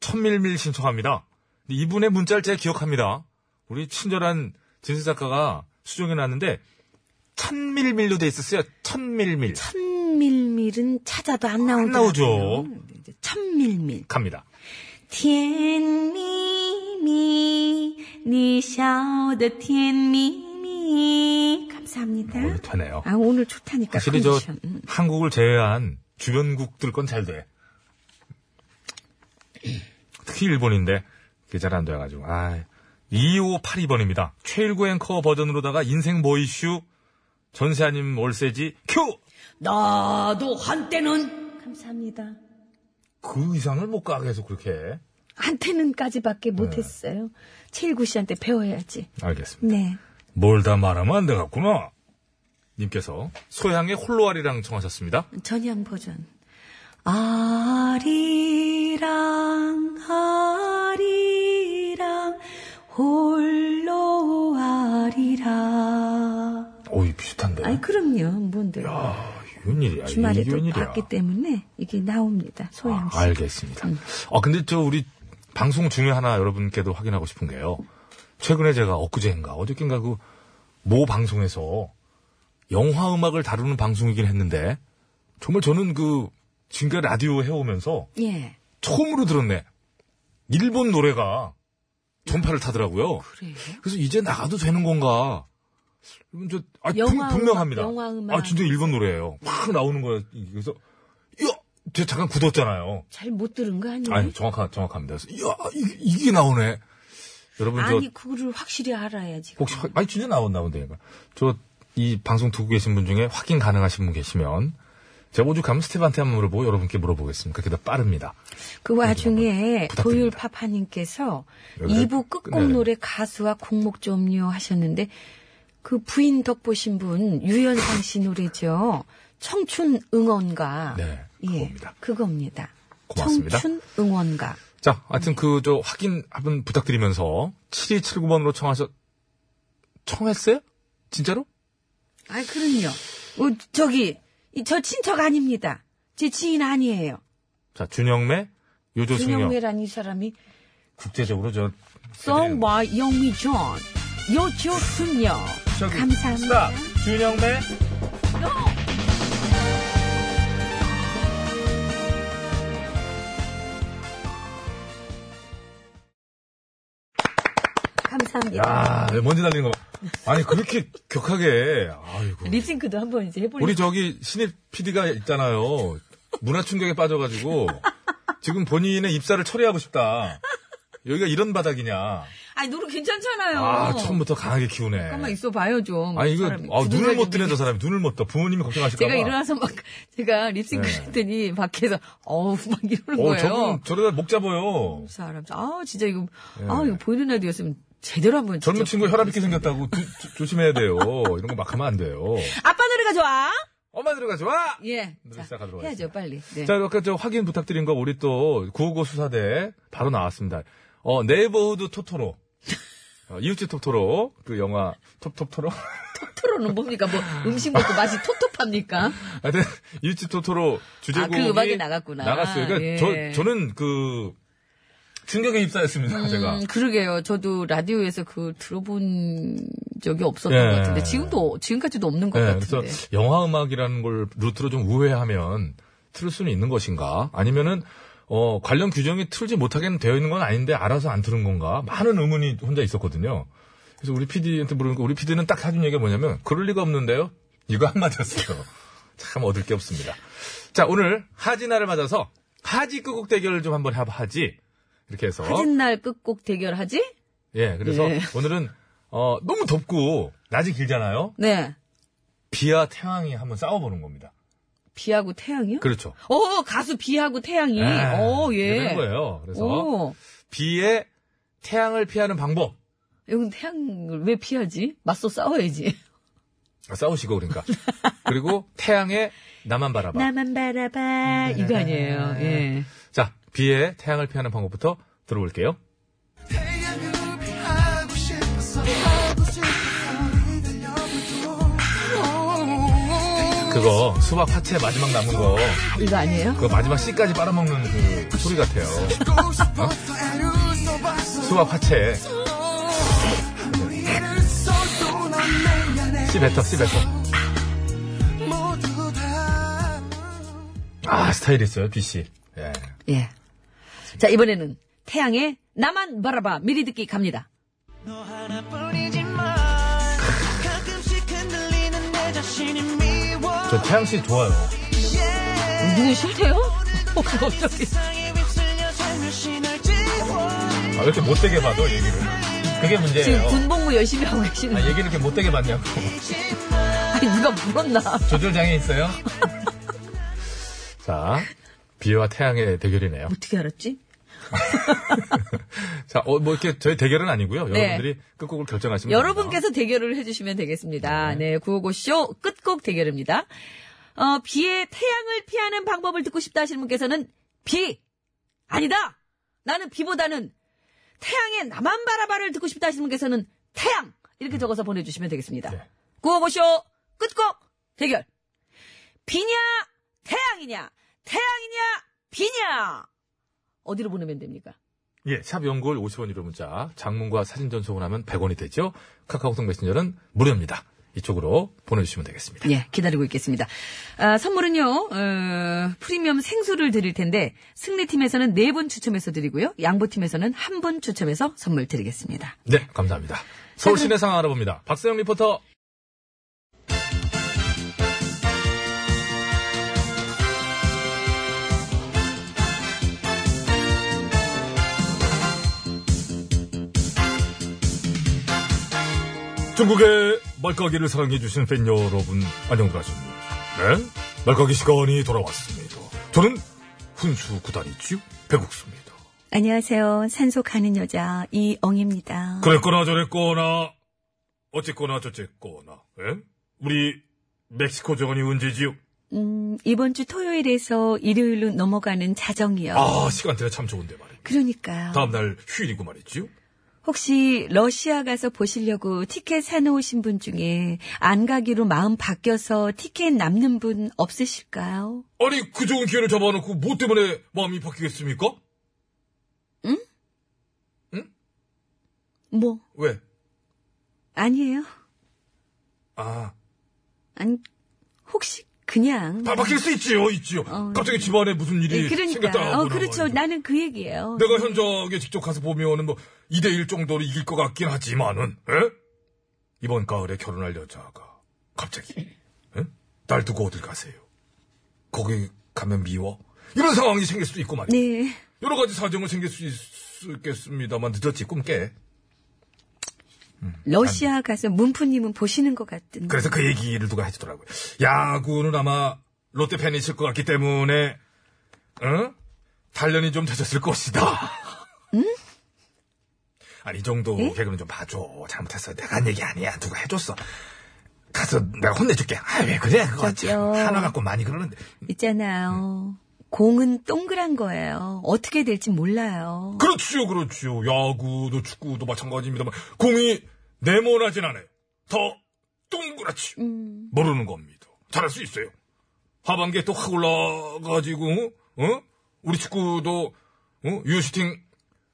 A: 천밀밀 신청합니다. 근데 이분의 문자를 제가 기억합니다. 우리 친절한 진수 작가가 수정해 놨는데, 천밀밀로 돼 있었어요. 천밀밀.
B: 천밀밀은 찾아도 안 나오죠.
A: 나오죠.
B: 천밀밀.
A: 갑니다.
B: 甜蜜蜜,你笑得甜蜜蜜. 감사합니다.
A: 오늘 어, 되네요.
B: 아, 오늘 좋다니까.
A: 사실이 저
B: 컨디션. 음.
A: 한국을 제외한 주변국들 건 잘 돼. 특히 일본인데 그게 잘 안 돼가지고 아 2582번입니다. 최일구 앵커 버전으로다가 인생 뭐 이슈, 전세아님 월세지, 큐!
B: 나도 한때는 감사합니다.
A: 그 이상을 못 가, 계속 그렇게. 해.
B: 한때는까지밖에
A: 네.
B: 못했어요. 최일구 씨한테 배워야지.
A: 알겠습니다.
B: 네.
A: 뭘 다 말하면 안 되겠구나. 님께서 소향의 홀로아리랑 청하셨습니다.
B: 전향 버전. 아리랑 아리랑 홀로 아리랑.
A: 오이 비슷한데.
B: 아니 그럼요. 뭔데?
A: 아, 이건 일이야.
B: 주말에
A: 이건
B: 또
A: 일이야.
B: 봤기 때문에 이게 나옵니다. 소양
A: 아,
B: 씨. 음.
A: 알겠습니다. 아, 근데 저 우리 방송 중에 하나 여러분께도 확인하고 싶은 게요. 최근에 제가 엊그제인가 어저께인가 그 모 방송에서 영화 음악을 다루는 방송이긴 했는데 정말 저는 그 지금까지 라디오 해오면서
B: 예.
A: 처음으로 들었네. 일본 노래가 전파를 타더라고요.
B: 그래요.
A: 그래서 이제 나가도 되는 건가? 이건 저, 아, 분-
B: 영화 음악,
A: 분명합니다.
B: 영화 음악.
A: 아, 진짜 일본 노래예요. 팍 나오는 거예요. 그래서, 야! 제가 잠깐 굳었잖아요.
B: 잘 못 들은 거 아니에요?
A: 아니, 정확하, 정확합니다. 그래서, 이야, 이게, 이게 나오네. 여러분, 저,
B: 아니, 그거를 확실히 알아야지.
A: 혹시, 확- 아니, 진짜 나온다, 근데. 저, 이 방송 듣고 계신 분 중에 확인 가능하신 분 계시면, 제가 오죽하면 스텝한테 한번 물어보고 여러분께 물어보겠습니다. 그게 더 빠릅니다.
B: 그 와중에
A: 부탁드립니다.
B: 도율파파님께서
A: 여기서 네. 끝내야
B: 2부 끝곡 노래 가수와 곡목 좀요 하셨는데 그 부인 덕 보신 분 유연상 씨 노래죠. 청춘 응원가. 예,
A: 네, 그겁니다.
B: 그겁니다.
A: 고맙습니다.
B: 청춘 응원가.
A: 자, 하여튼 그, 저, 확인 한번 부탁드리면서, 7279번으로 청하셨, 청했어요? 진짜로?
B: 아, 그럼요. 어, 저기 이, 저 친척 아닙니다. 제 지인 아니에요.
A: 자, 준영매, 요조승영. 네,
B: 준영회란 이 사람이
A: 국제적으로 저,
B: 송와 영미존 요조순녀
A: 저기,
B: 감사합니다.
A: 스탑. 준영매,
B: 감사합니다.
A: 야 먼지 날리는 거. 봐. 아니, 그렇게 격하게. 아이고.
B: 립싱크도 한번 이제 해보려고.
A: 우리 저기 신입 PD가 있잖아요. 문화 충격에 빠져가지고 지금 본인의 입사를 처리하고 싶다. 여기가 이런 바닥이냐.
B: 아니, 노래 괜찮잖아요.
A: 아, 처음부터 강하게 키우네.
B: 어. 잠깐만 있어봐요, 좀.
A: 아니,
B: 그
A: 이거,
B: 사람이.
A: 아, 눈을
B: 주둥아리
A: 못 뜨네, 저 사람이. 눈을 못 떠. 부모님이 걱정하실까봐.
B: 제가 일어나서 막, 제가 립싱크
A: 네.
B: 했더니 밖에서, 어우, 막 이러는
A: 어,
B: 거예요.
A: 저분 저러다 목 잡아요.
B: 그 사람. 아, 진짜 이거, 아, 이거 보이는 라디오였으면 제대로 한번. 진짜
A: 예. 젊은 친구 혈압 있게 생겼다고 조- 조- 조심해야 돼요. 이런 거 막 하면 안 돼요.
B: 아빠 노래가 좋아?
A: 엄마 들어가 좋아!
B: 예.
A: 노래
B: 자,
A: 시작하도록
B: 해야죠, 빨리. 네.
A: 자, 아까 저 확인 부탁드린 거 우리 또 구호고 수사대 바로 나왔습니다. 어, 네이버후드 토토로. 어, 이웃집 토토로. 그 영화 톱톱토로.
B: 토토로는 뭡니까? 뭐, 음식 먹고 맛이 톱톱합니까?
A: 하여튼 이웃집 토토로 주제곡이
B: 아, 그 음악이 나갔구나.
A: 나갔어요. 그러니까
B: 예.
A: 저 저는 그 충격에 입사했습니다. 제가.
B: 음, 그러게요. 저도 라디오에서 그 들어본 적이 없었던
A: 예.
B: 것 같은데, 지금도, 지금까지도 없는 것
A: 네,
B: 같은데.
A: 그래서 영화 음악이라는 걸 루트로 좀 우회하면 틀 수는 있는 것인가? 아니면은 어, 관련 규정이 틀지 못하게 되어 있는 건 아닌데 알아서 안 틀은 건가? 많은 의문이 혼자 있었거든요. 그래서 우리 PD한테 물으니까 우리 PD는 딱 하준 얘기가 뭐냐면 그럴 리가 없는데요. 이거 한마디였어요. 참 얻을 게 없습니다. 자, 오늘 하지나를 맞아서 하지 끄곡 대결을 좀 한번 해봐하지. 이렇게 해서
B: 사진날 끝곡 대결하지?
A: 예, 그래서
B: 예.
A: 오늘은 어, 너무 덥고 낮이 길잖아요.
B: 네.
A: 비와 태양이 한번 싸워보는 겁니다.
B: 비하고 태양이요?
A: 그렇죠.
B: 어, 가수 비하고 태양이.
A: 예,
B: 어, 예.
A: 그런 거예요. 그래서
B: 오.
A: 비에 태양을 피하는 방법
B: 이건 태양을 왜 피하지? 맞서 싸워야지.
A: 아, 싸우시고 그러니까 그리고 태양에 나만 바라봐.
B: 나만 바라봐. 이거 아니에요. 예.
A: 자 비에 태양을 피하는 방법부터 들어볼게요. 그거 수박 파채 마지막 남은 거
B: 이거 아니에요?
A: 그거 마지막 씨까지 빨아먹는 그 소리 같아요. 어? 수박 파채 씨 뱉어 씨 뱉어. 아 스타일 있어요 B 씨. 예.
B: 예. 자, 이번에는 태양의 나만 바라봐. 미리 듣기 갑니다.
E: 너 하나뿐이지만 가끔씩 흔들리는 내 자신이 미워
A: 저 태양 씨 좋아요.
B: 누구 싫대요? 어, 갑자기.
E: 세상에 휩쓸려 살며시 날 지워
A: 아, 왜 이렇게 못되게 봐도 얘기를. 그게
B: 지금
A: 문제예요.
B: 군복무 열심히 하고
A: 아,
B: 계시는.
A: 얘기를 이렇게 못되게 맞냐고.
B: 아니, 누가 물었나?
A: 조절장애 있어요? 자, 비와 태양의 대결이네요.
B: 어떻게 알았지?
A: 자, 어, 뭐 이렇게 저희 대결은 아니고요.
B: 네.
A: 여러분들이 끝곡을 결정하시면 됩니다.
B: 여러분께서 대결을 해주시면 되겠습니다. 네, 구호고쇼 끝곡 대결입니다. 어, 비의 태양을 피하는 방법을 듣고 싶다 하시는 분께서는 비! 아니다! 나는 비보다는 태양의 나만 바라봐를 듣고 싶다 하시는 분께서는 태양! 이렇게 적어서 보내주시면 되겠습니다.
A: 네.
B: 구호고쇼 끝곡 대결. 비냐? 태양이냐? 태양이냐? 비냐? 어디로 보내면 됩니까?
A: 예, 샵 연구월 50원 유료 문자, 장문과 사진 전송을 하면 100원이 되죠. 카카오톡 메신저는 무료입니다. 이쪽으로 보내주시면 되겠습니다.
B: 예, 기다리고 있겠습니다. 아, 선물은요, 어, 프리미엄 생수를 드릴 텐데, 승리팀에서는 네 분 추첨해서 드리고요, 양보팀에서는 한 분 추첨해서 선물 드리겠습니다.
A: 네, 감사합니다. 서울 시내 상황 알아봅니다. 박세영 리포터. 중국의 말까기를 사랑해주신 팬 여러분, 안녕하십니까. 네? 말까기 시간이 돌아왔습니다. 저는 훈수 구단이지요? 배국수입니다.
I: 안녕하세요. 산소 가는 여자 이엉입니다.
A: 그랬거나 저랬거나 어쨌거나 저쨌거나 예? 우리 멕시코 정원이 언제지요?
I: 음, 이번 주 토요일에서 일요일로 넘어가는 자정이요.
A: 아 시간대가 참 좋은데 말이에요
I: 그러니까요.
A: 다음날 휴일이고 말이지요
I: 혹시 러시아 가서 보시려고 티켓 사놓으신 분 중에 안 가기로 마음 바뀌어서 티켓 남는 분 없으실까요?
A: 아니 그 좋은 기회를 잡아놓고 뭐 때문에 마음이 바뀌겠습니까?
I: 뭐,
A: 왜?
I: 아니에요.
A: 아
I: 아니, 혹시 그냥.
A: 다 바뀔 수 있지요 있지요
I: 어,
A: 갑자기 집안에 무슨 일이
I: 예, 그러니까.
A: 생겼다
I: 어,
A: 뭐라
I: 그렇죠.
A: 말이죠. 네.
I: 나는 그 얘기예요.
A: 내가 현장에 직접 가서 보면은 뭐 2대1 정도로 이길 것 같긴 하지만은 예? 이번 가을에 결혼할 여자가 갑자기 예? 날 두고 어딜 가세요? 거기 가면 미워? 이런 상황이 생길 수도 있고 말이에요.
I: 네.
A: 여러 가지 사정은 생길 수 있, 겠습니다만 늦었지 꿈 깨.
I: 러시아 가서 문프님은 보시는 것 같은데.
A: 그래서 그 얘기를 누가 해주더라고요. 야구는 아마 롯데 팬이실 것 같기 때문에 응? 단련이 좀 되셨을 것이다. 아니 이 정도 개그는 좀 봐줘. 잘못했어. 내가 한 얘기 아니야. 누가 해줬어. 가서 내가 혼내줄게. 아 왜 그래 그거 참
I: 저기요.
A: 하나 갖고 많이 그러는데.
I: 있잖아요. 공은 동그란 거예요. 어떻게 될지 몰라요.
A: 그렇지요 그렇지요. 야구도 축구도 마찬가지입니다만 공이 네모나진 않아요. 더 동그랗지요.
I: 음,
A: 모르는 겁니다. 잘할 수 있어요. 하반기에 또 확 올라가지고, 어? 우리 축구도, 어? 유슈팅,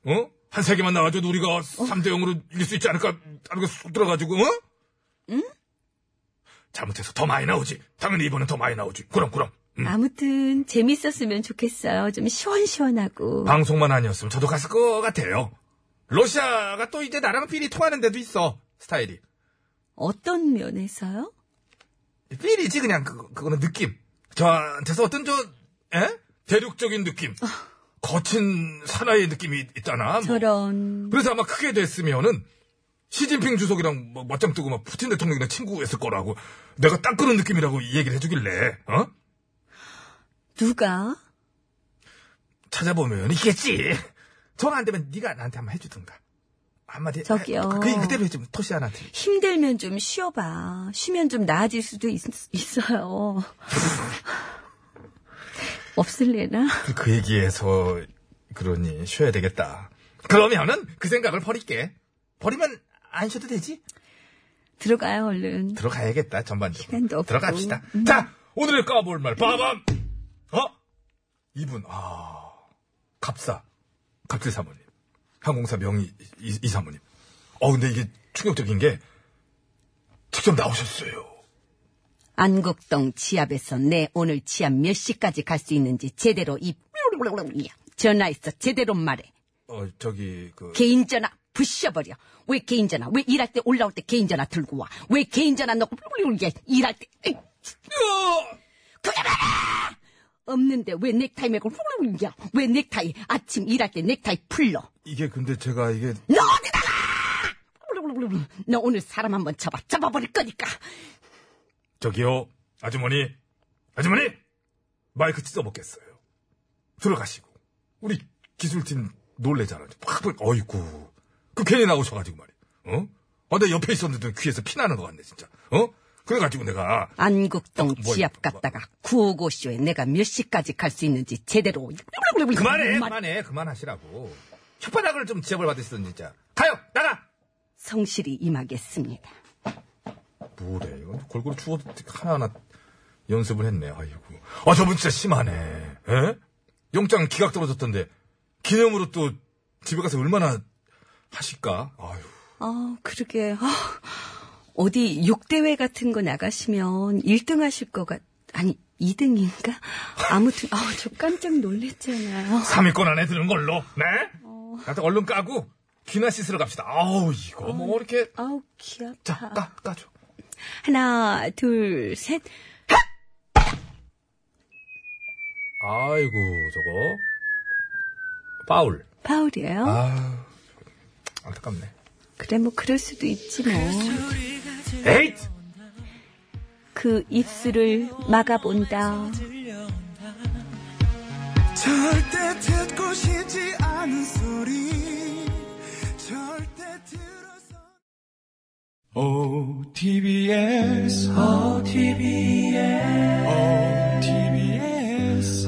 A: 어? 한 세 개만 나가줘도 우리가 3대 0으로 이길 수 있지 않을까, 하는 게쑥 들어가지고, 어? 잘못해서 더 많이 나오지. 당연히 이번엔 더 많이 나오지. 그럼, 그럼. 음.
I: 아무튼 재밌었으면 좋겠어요. 좀 시원시원하고.
A: 방송만 아니었으면 저도 갔을 것 같아요.
F: 러시아가 또 이제 나랑 필이 통하는 데도 있어. 스타일이.
I: 어떤 면에서요?
F: 필이지 그냥 그거, 그거는 느낌. 저한테서 어떤 저 에?
A: 대륙적인 느낌. 거친 사나이의 느낌이 있잖아. 뭐.
I: 아. 저런.
A: 그래서 아마 크게 됐으면은 시진핑 주석이랑 막 맞짱 뜨고 막 푸틴 대통령이랑 친구했을 거라고 내가 딱 그런 느낌이라고 얘기를 해주길래 어
I: 누가?
A: 찾아보면
F: 있겠지. 전화 안 되면 네가 나한테 한번 해주든가. 한마디.
I: 저기요.
F: 아, 그, 그대로 해주면 토시한한테.
I: 힘들면 좀 쉬어봐. 쉬면 좀 나아질 수도 있, 어요 없을래나?
F: 그, 그 얘기에서 그러니 쉬어야 되겠다. 그러면은 그 생각을 버릴게. 버리면 안 쉬어도 되지?
I: 들어가요, 얼른.
F: 들어가야겠다 전반적으로.
I: 시간도 없고.
F: 들어갑시다.
I: 음.
A: 자 오늘의 까볼 말 빠밤 어 이분 아 갑사 갑질 사모님 항공사 명의 이, 이- 이 사모님 어 근데 이게 충격적인 게 직접 나오셨어요
B: 안국동 지압에서 내 오늘 지압 몇 시까지 갈 수 있는지 제대로 입, 전화했어. 제대로 말해.
A: 어 저기 그
B: 개인 전화 부셔버려. 왜 개인 전화? 왜 일할 때 올라올 때 개인 전화 들고 와? 왜 개인 전화 넣고 이게 일할 때? 에이, 그게 말야 없는데 왜 넥타이 메고 훌훌훌이야? 왜 넥타이? 아침 일할 때 넥타이 풀러.
A: 이게 근데 제가 이게
B: 너 어디다가? 블루블루. 너 오늘 사람 한번 잡아. 잡아버릴 거니까.
A: 저기요, 아주머니, 아주머니, 마이크 찢어 먹겠어요. 들어가시고 우리 기술팀 놀래잖아요. 확, 보- 어이구, 그 괜히 나오셔가지고 말이야. 어? 아, 내 옆에 있었는데 귀에서 피 나는 것 같네 진짜. 어? 그래가지고 내가
B: 안국동
J: 아,
A: 뭐,
B: 지압
A: 뭐.
B: 갔다가 구호고쇼에 내가 몇 시까지 갈 수 있는지 제대로. 블루블루블루.
J: 그만해,
B: 말-
J: 그만해, 그만하시라고. 혓바닥을 좀 지압을 받으시던 진짜. 가요, 나가.
B: 성실히 임하겠습니다.
A: 뭐래 이거 골고루 추워도 하나하나 연습을 했네. 아이고, 아 저분 진짜 심하네. 에? 영장 기각 떨어졌던데 기념으로 또 집에 가서 얼마나 하실까? 아유.
K: 아, 그러게. 아, 어디 육대회 같은 거 나가시면 1등 하실 것 같, 아니, 2등인가? 아무튼, 아, 저 깜짝 놀랬잖아요.
A: 3위권 안에 드는 걸로, 네? 나한테 얼른 까고, 귀나 씻으러 갑시다. 아우, 이거 뭐, 이렇게.
K: 아우, 귀 아파.
A: 자, 까, 까줘.
K: 하나, 둘, 셋.
A: 아이고, 저거. 파울.
K: 파울이에요?
A: 아 안타깝네.
K: 그래, 뭐, 그럴 수도 있지, 뭐.
J: 에잇!
K: 그 입술을 막아본다.
E: 절대 듣고 싶지 않은 소리 절대 들어서 오 TBS 오 TBS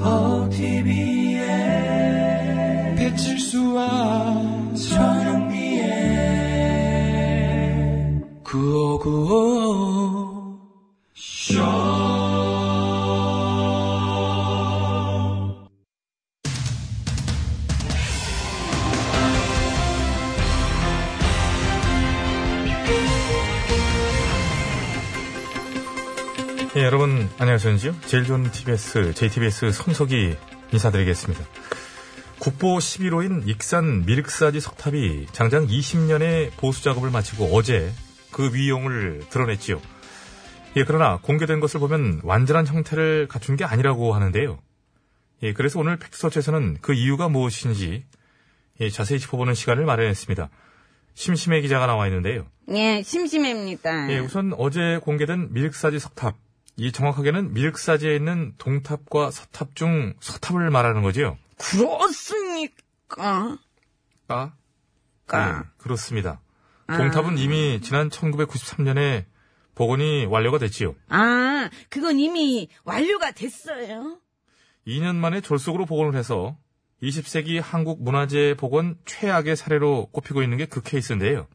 E: 오 TBS 오 TBS 배칠수와 전영미의 구호구호
A: 예, 여러분, 안녕하세요. 제일 좋은 TBS, JTBS 손석희 인사드리겠습니다. 국보 11호인 익산 미륵사지 석탑이 장장 20년의 보수 작업을 마치고 어제 그 위용을 드러냈지요. 예, 그러나 공개된 것을 보면 완전한 형태를 갖춘 게 아니라고 하는데요. 예, 그래서 오늘 팩트서치에서는 그 이유가 무엇인지 예, 자세히 짚어보는 시간을 마련했습니다. 심심해 기자가 나와 있는데요.
B: 예, 심심합니다.
A: 예, 우선 어제 공개된 미륵사지 석탑. 이 정확하게는 미륵사지에 있는 동탑과 서탑 중 서탑을 말하는 거죠.
B: 그렇습니까?
A: 아, 예,
B: 까. 아.
A: 그렇습니다. 동탑은 이미 지난 1993년에 복원이 완료가 됐지요.
B: 아, 그건 이미 완료가 됐어요.
A: 2년 만에 졸속으로 복원을 해서 20세기 한국 문화재 복원 최악의 사례로 꼽히고 있는 게 그 케이스인데요.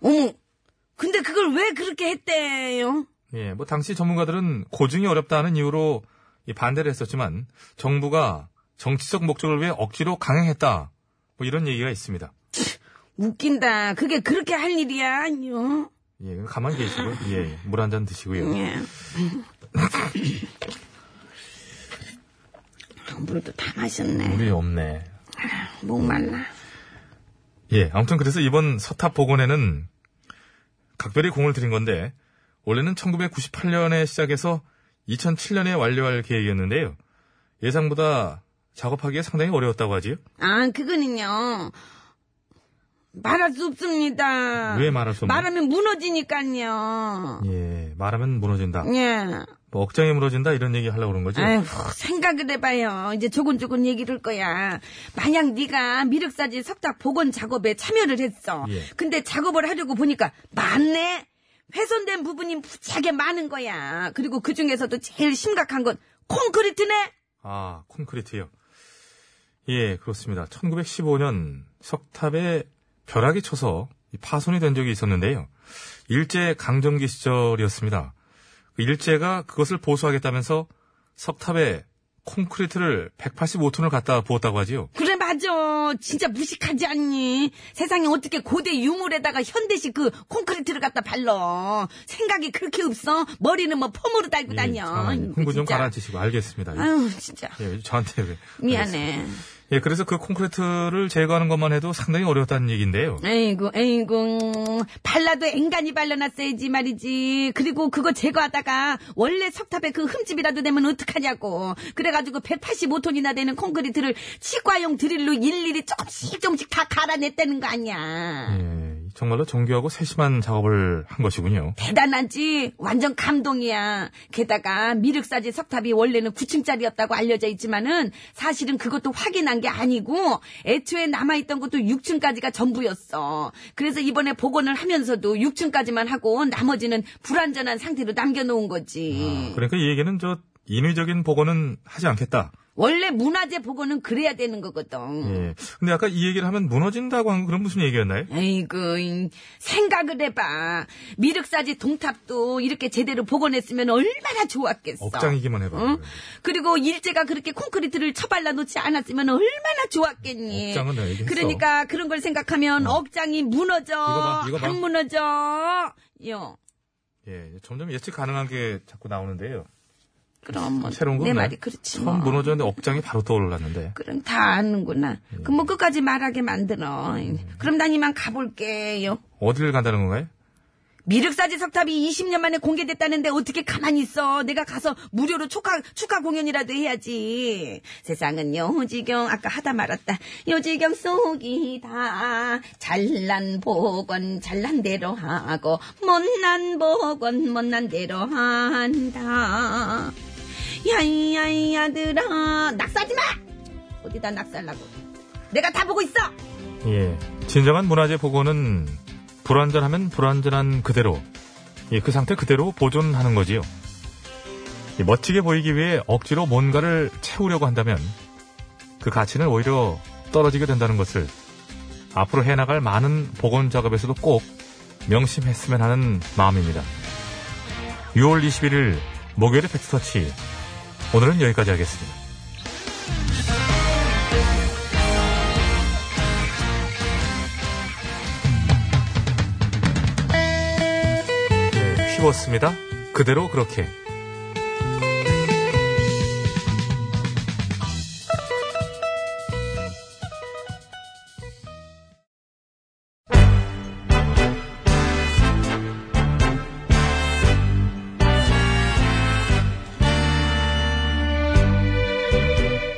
B: 어머, 근데 그걸 왜 그렇게 했대요?
A: 예, 뭐 당시 전문가들은 고증이 어렵다는 이유로 이 반대를 했었지만 정부가 정치적 목적을 위해 억지로 강행했다. 뭐 이런 얘기가 있습니다.
B: 웃긴다. 그게 그렇게 할 일이야, 아니요.
A: 예, 가만 계시고 예, 물 한 잔 드시고요.
B: 예. 물도 다 마셨네.
A: 물이 없네.
B: 목말라.
A: 예, 아무튼 그래서 이번 서탑 복원에는 각별히 공을 들인 건데 원래는 1998년에 시작해서 2007년에 완료할 계획이었는데요. 예상보다 작업하기가 상당히 어려웠다고 하지요.
B: 아, 그거는요. 말할 수 없습니다.
A: 왜 말할 수 없나요?
B: 말하면 무너지니까요.
A: 예, 말하면 무너진다.
B: 예.
A: 뭐 억장이 무너진다 이런 얘기 하려고 그런 거죠.
B: 아휴, 생각을 해봐요. 이제 조곤조곤 얘기를 할 거야. 만약 네가 미륵사지 석탑 복원 작업에 참여를 했어.
A: 예.
B: 근데 작업을 하려고 보니까 많네. 훼손된 부분이 무지하게 많은 거야. 그리고 그 중에서도 제일 심각한 건 콘크리트네.
A: 아, 콘크리트요. 예, 그렇습니다. 1915년 석탑에 벼락이 쳐서 이 파손이 된 적이 있었는데요. 일제 강점기 시절이었습니다. 그 일제가 그것을 보수하겠다면서 석탑에 콘크리트를 185톤을 갖다 부었다고 하지요.
B: 그래 맞아. 진짜 무식하지 않니? 세상에 어떻게 고대 유물에다가 현대식 그 콘크리트를 갖다 발라. 생각이 그렇게 없어? 머리는 뭐 폼으로 달고
A: 예,
B: 다녀.
A: 참, 아니, 흥분 좀
B: 진짜.
A: 가라앉히시고 알겠습니다.
B: 아유 진짜
A: 예, 저한테 왜.
B: 미안해.
A: 예, 그래서 그 콘크리트를 제거하는 것만 해도 상당히 어려웠다는 얘기인데요.
B: 에이구, 에이구, 음, 발라도 앵간히 발라놨어야지 말이지. 그리고 그거 제거하다가 원래 석탑에 그 흠집이라도 되면 어떡하냐고. 그래가지고 185톤이나 되는 콘크리트를 치과용 드릴로 일일이 조금씩 조금씩 다 갈아냈다는 거 아니야.
A: 예, 정말로 정교하고 세심한 작업을 한 것이군요.
L: 대단하지? 완전 감동이야. 게다가 미륵사지 석탑이 원래는 9층짜리였다고 알려져 있지만은 사실은 그것도 확인한 게 아니고 애초에 남아있던 것도 6층까지가 전부였어. 그래서 이번에 복원을 하면서도 6층까지만 하고 나머지는 불완전한 상태로 남겨놓은 거지.
A: 그러니까 이 얘기는 저 인위적인 복원은 하지 않겠다.
L: 원래 문화재 복원은 그래야 되는 거거든.
A: 예. 근데 아까 이 얘기를 하면 무너진다고 한 그런 무슨 얘기였나요?
L: 아이고, 이, 생각을 해봐. 미륵사지 동탑도 이렇게 제대로 복원했으면 얼마나 좋았겠어.
A: 억장이기만 해봐.
L: 응? 그리고 일제가 그렇게 콘크리트를 쳐발라 놓지 않았으면 얼마나 좋았겠니.
A: 억장은 내가 얘기했어.
L: 예. 그러니까 그런 걸 생각하면 억장이 무너져.
A: 봐, 이거 봐.
L: 안 무너져. 요.
A: 예, 점점 예측 가능한 게 자꾸 나오는데요.
L: 그럼 뭐
A: 새로운 건
L: 내
A: 없나요?
L: 말이 그렇지.
A: 처음
L: 뭐.
A: 무너졌는데 억장이 바로 떠올랐는데.
L: 그럼 다 아는구나. 그럼
A: 음.
L: 뭐 끝까지 말하게 만들어. 그럼 난 이만 가볼게요.
A: 어디를 간다는 건가요?
L: 미륵사지 석탑이 20년 만에 공개됐다는데 어떻게 가만히 있어. 내가 가서 무료로 축하, 축하 공연이라도 해야지. 세상은 요지경, 아까 하다 말았다. 요지경 속이다. 잘난 복원 잘난 대로 하고, 못난 복원 못난 대로 한다. 야이야이 아들아. 낙서하지 마! 어디다 낙살라고. 내가 다 보고 있어!
A: 예. 진정한 문화재 복원은 불완전하면 불완전한 그대로, 예, 그 상태 그대로 보존하는 거지요. 이 멋지게 보이기 위해 억지로 뭔가를 채우려고 한다면 그 가치는 오히려 떨어지게 된다는 것을 앞으로 해나갈 많은 복원 작업에서도 꼭 명심했으면 하는 마음입니다. 6월 21일 목요일의 팩스터치. 오늘은 여기까지 하겠습니다. 네, 휘었습니다. 그대로 그렇게.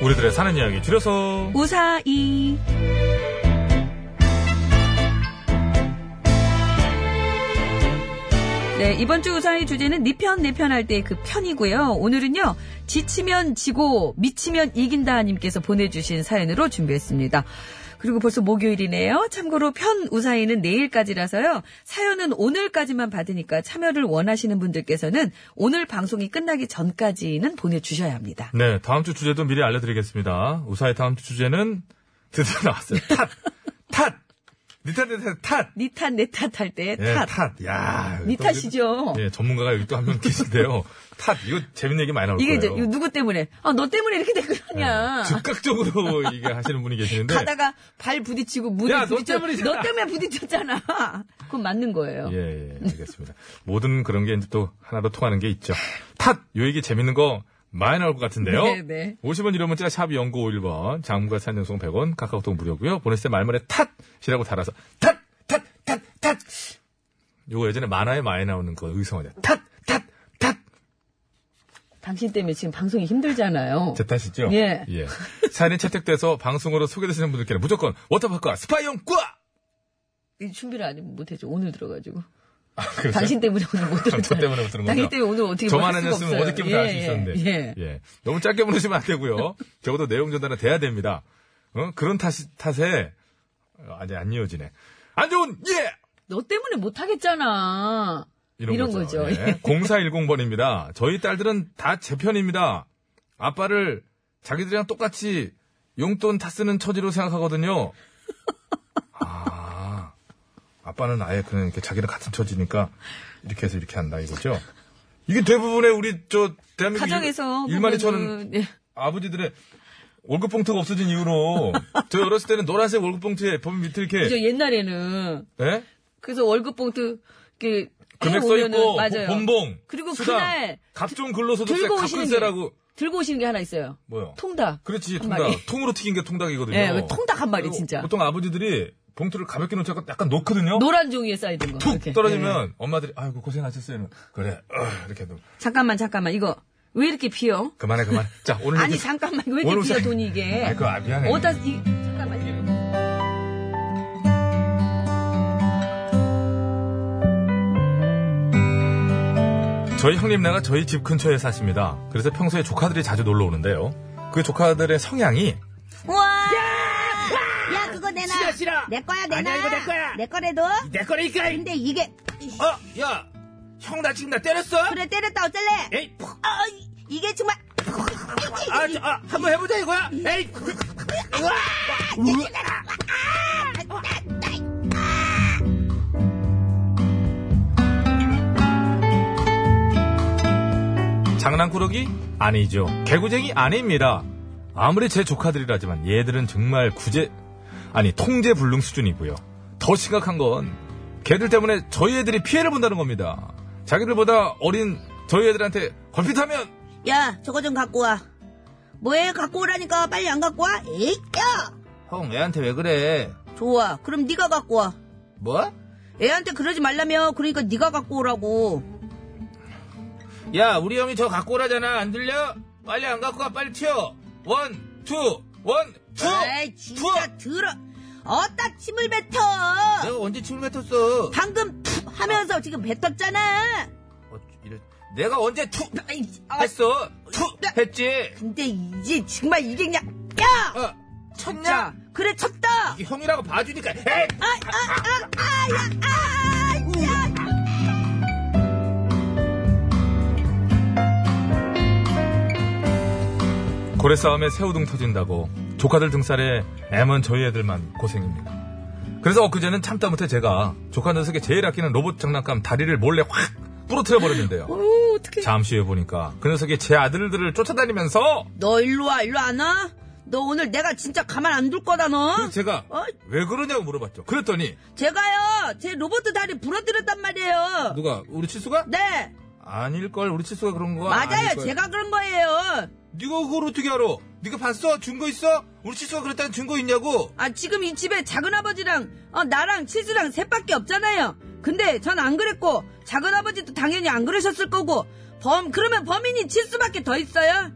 A: 우리들의 사는 이야기 줄여서
L: 우사이.
B: 네, 이번 주 우사의 주제는 네 니편, 내편 할 때 그 편이고요. 오늘은요, 지치면 지고, 미치면 이긴다님께서 보내주신 사연으로 준비했습니다. 그리고 벌써 목요일이네요. 참고로 편 우사에는 내일까지라서요. 사연은 오늘까지만 받으니까 참여를 원하시는 분들께서는 오늘 방송이 끝나기 전까지는 보내주셔야 합니다.
A: 네, 다음 주 주제도 미리 알려드리겠습니다. 우사의 다음 주 주제는 드디어 나왔어요. 탓! 탓! 니탓니탓 탓!
B: 니네 탓, 내 탓 할 때
A: 예,
B: 탓.
A: 탓. 야.
B: 니
A: 또
B: 탓이죠.
A: 이제, 네, 예, 전문가가 여기 또 한 명 계신데요. 탓, 이거 재밌는 얘기 많이 나올
B: 이게
A: 거예요.
B: 이제 이거 누구 때문에? 아, 너 때문에 이렇게 된 거 아니야.
A: 예, 즉각적으로 이게 하시는 분이 계시는데.
B: 가다가 발 부딪히고
A: 네.
B: 무릎
A: 야, 너
B: 부딪혀.
A: 때문이잖아.
B: 너 때문에 부딪혔잖아. 그건 맞는 거예요.
A: 예, 예, 알겠습니다. 모든 그런 게 이제 또 하나로 통하는 게 있죠. 탓! 요 얘기 재밌는 거 많이 나올 것 같은데요.
B: 네, 네.
A: 50원 이런 문자 샵 0951번 장문과 산연송 100원 카카오톡 무료고요. 보냈을 때 말문에 탓이라고 달아서 탓! 탓! 탓! 탓! 요거 예전에 만화에 많이 나오는 거 의성어냐. 탓! 탓! 탓!
B: 당신 때문에 지금 방송이 힘들잖아요.
A: 제 탓이죠?
B: 예.
A: 사연이 채택돼서 방송으로 소개되시는 분들께는 무조건 워터파크와 스파이용과!
B: 이 준비를 안 하면 못했죠. 오늘 들어가지고.
A: 아, 그래요?
B: 당신 때문에 오늘 못 들었다.
A: 저 때문에 못 들은 거죠?
B: 당신 때문에 오늘 어떻게
A: 저만
B: 못할 수가
A: 아니었으면
B: 없어요.
A: 어저께부터
B: 예,
A: 할 수 있었는데.
B: 예.
A: 예. 너무 짧게 보내시면 안 되고요. 적어도 내용 전달은 돼야 됩니다. 어? 그런 탓, 탓에, 어, 아니, 안 이어지네. 안 좋은, 예!
B: 너 때문에 못 하겠잖아.
A: 이런,
B: 이런
A: 거죠.
B: 거죠.
A: 예. 0410번입니다. 저희 딸들은 다 제 편입니다. 아빠를 자기들이랑 똑같이 용돈 다 쓰는 처지로 생각하거든요. 아, 아빠는 아예 그냥 이렇게 자기랑 같은 처지니까 이렇게 해서 이렇게 한다 이거죠. 이게 대부분의 우리 저 대한민국
B: 가정에서
A: 1만 2천은
B: 보면은, 예.
A: 아버지들의 월급 봉투가 없어진 이후로 저 어렸을 때는 노란색 월급 봉투에 보면 밑에
B: 그죠
A: 이렇게
B: 옛날에는
A: 예?
B: 그래서 월급 봉투 이렇게
A: 금액 써
B: 해오면은
A: 있고
B: 맞아요.
A: 본봉
B: 그리고
A: 수당,
B: 그날
A: 각종 근로소득세
B: 들고 오시는 게-
A: 가끔세라고
B: 들고 오시는 게 하나 있어요.
A: 뭐요?
B: 통닭.
A: 그렇지
B: 한
A: 통닭
B: 마리.
A: 통으로 튀긴 게 통닭이거든요.
B: 예, 왜 통닭 한 마리
A: 그리고
B: 진짜.
A: 보통 아버지들이 봉투를 가볍게 놓지 않고 약간 놓거든요.
B: 노란 종이에 쌓이던 거.
A: 툭
B: 이렇게. 예.
A: 떨어지면 엄마들이 아이고 고생하셨어요. 그래 어, 이렇게 해도
B: 잠깐만 잠깐만 이거 왜 이렇게 비어?
A: 그만해 그만해. 자 오늘
B: 아니 잠깐만 왜 이렇게
A: 오늘
B: 비어
A: 우선-
B: 돈이 이게?
A: 아이, 그거 아, 미안해.
B: 어디다 이 잠깐만.
A: 음. 저희 형님네가 저희 집 근처에 사십니다. 그래서 평소에 조카들이 자주 놀러 오는데요. 그 조카들의 성향이
M: 우와! 야, 그거 내놔.
N: 싫어, 싫어.
M: 내 거야, 내놔.
N: 아니야, 이거 내 거야.
M: 내 거래도.
F: 내 거라니까.
M: 근데 이게.
F: 어, 야, 형 나 지금 나 때렸어?
M: 그래, 때렸다, 어쩔래?
F: 에이,
M: 어, 이- 이게 정말.
F: 아, 저, 아, 한번 해보자 이거야. 에이,
A: 장난꾸러기 아니죠. 개구쟁이 아닙니다. 아무리 제 조카들이라지만 얘들은 정말 구제 아니 통제 불능 수준이고요. 더 심각한 건 걔들 때문에 저희 애들이 피해를 본다는 겁니다. 자기들보다 어린 저희 애들한테 걸핏하면
M: 야, 저거 좀 갖고 와. 뭐해? 갖고 오라니까 빨리 안 갖고 와? 에이, 야!
F: 형 애한테 왜 그래?
M: 좋아. 그럼 네가 갖고 와.
F: 뭐?
M: 애한테 그러지 말라며. 그러니까 네가 갖고 오라고.
F: 야, 우리 형이 저 갖고 오라잖아. 안 들려? 빨리 안 갖고 와. 빨리 튀어. 원, 투, 원, 투.
M: 에이, 진짜 들어. 어따 침을 뱉어.
F: 내가 언제 침을 뱉었어?
M: 방금 푹 하면서 지금 뱉었잖아.
F: 어, 이래. 내가 언제 투
M: 아이, 아, 네.
F: 했어? 투 했지.
M: 근데 이제 정말 이게 그냥 야!
F: 어,
M: 아,
F: 쳤냐?
M: 진짜. 그래 쳤다.
F: 이게 형이라고 봐주니까. 에이!
M: 아, 아, 아, 아, 야, 아, 야.
A: 고래 싸움에 새우등 터진다고 조카들 등살에 애먼 저희 애들만 고생입니다. 그래서 엊그제는 참다 못해 제가 조카 녀석의 제일 아끼는 로봇 장난감 다리를 몰래 확 부러뜨려 버렸는데요. 잠시 후에 보니까 그 녀석이 제 아들들을 쫓아다니면서
M: 너 일로 와, 일로 안 와? 너 오늘 내가 진짜 가만 안 둘 거다 너.
A: 그래서 제가
M: 어?
A: 왜 그러냐고 물어봤죠. 그랬더니
M: 제가요, 제 로봇 다리 부러뜨렸단 말이에요.
A: 누가 우리 칠수가
M: 네,
A: 아닐 걸 우리 칠수가 그런 거
M: 맞아요. 제가 그런 거예요.
F: 네가 그걸 어떻게 알아? 네가 봤어? 증거 있어? 우리 치수가 그랬다는 증거 있냐고?
M: 아 지금 이 집에 작은 아버지랑 어, 나랑 칠수랑 셋밖에 없잖아요. 근데 전 안 그랬고 작은 아버지도 당연히 안 그러셨을 거고 범 그러면 범인이 칠수밖에 더 있어요.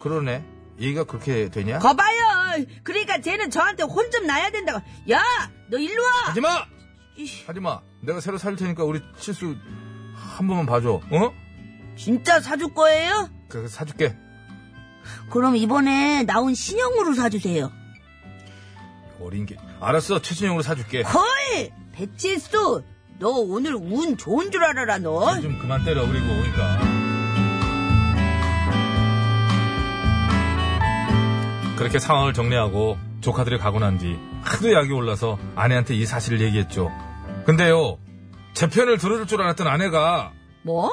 F: 그러네. 얘가 그렇게 되냐?
M: 거봐요. 그러니까 쟤는 저한테 혼 좀 나야 된다고. 야, 너 일로 와.
F: 하지마!
M: 이씨.
A: 하지마 내가 새로 살릴 테니까 우리 칠수 한 번만 봐줘. 어?
M: 진짜 사줄 거예요?
A: 그 사줄게.
M: 그럼 이번에 나온 신형으로 사주세요.
A: 어린 게 알았어 최신형으로 사줄게.
M: 헐, 배칠수. 너 오늘 운 좋은 줄 알아라 너.
A: 좀 그만 때려 그리고 그러니까 그렇게 상황을 정리하고 조카들이 가고 난 뒤 하도 약이 올라서 아내한테 이 사실을 얘기했죠 근데요 제 편을 들어줄 줄 알았던 아내가
B: 뭐?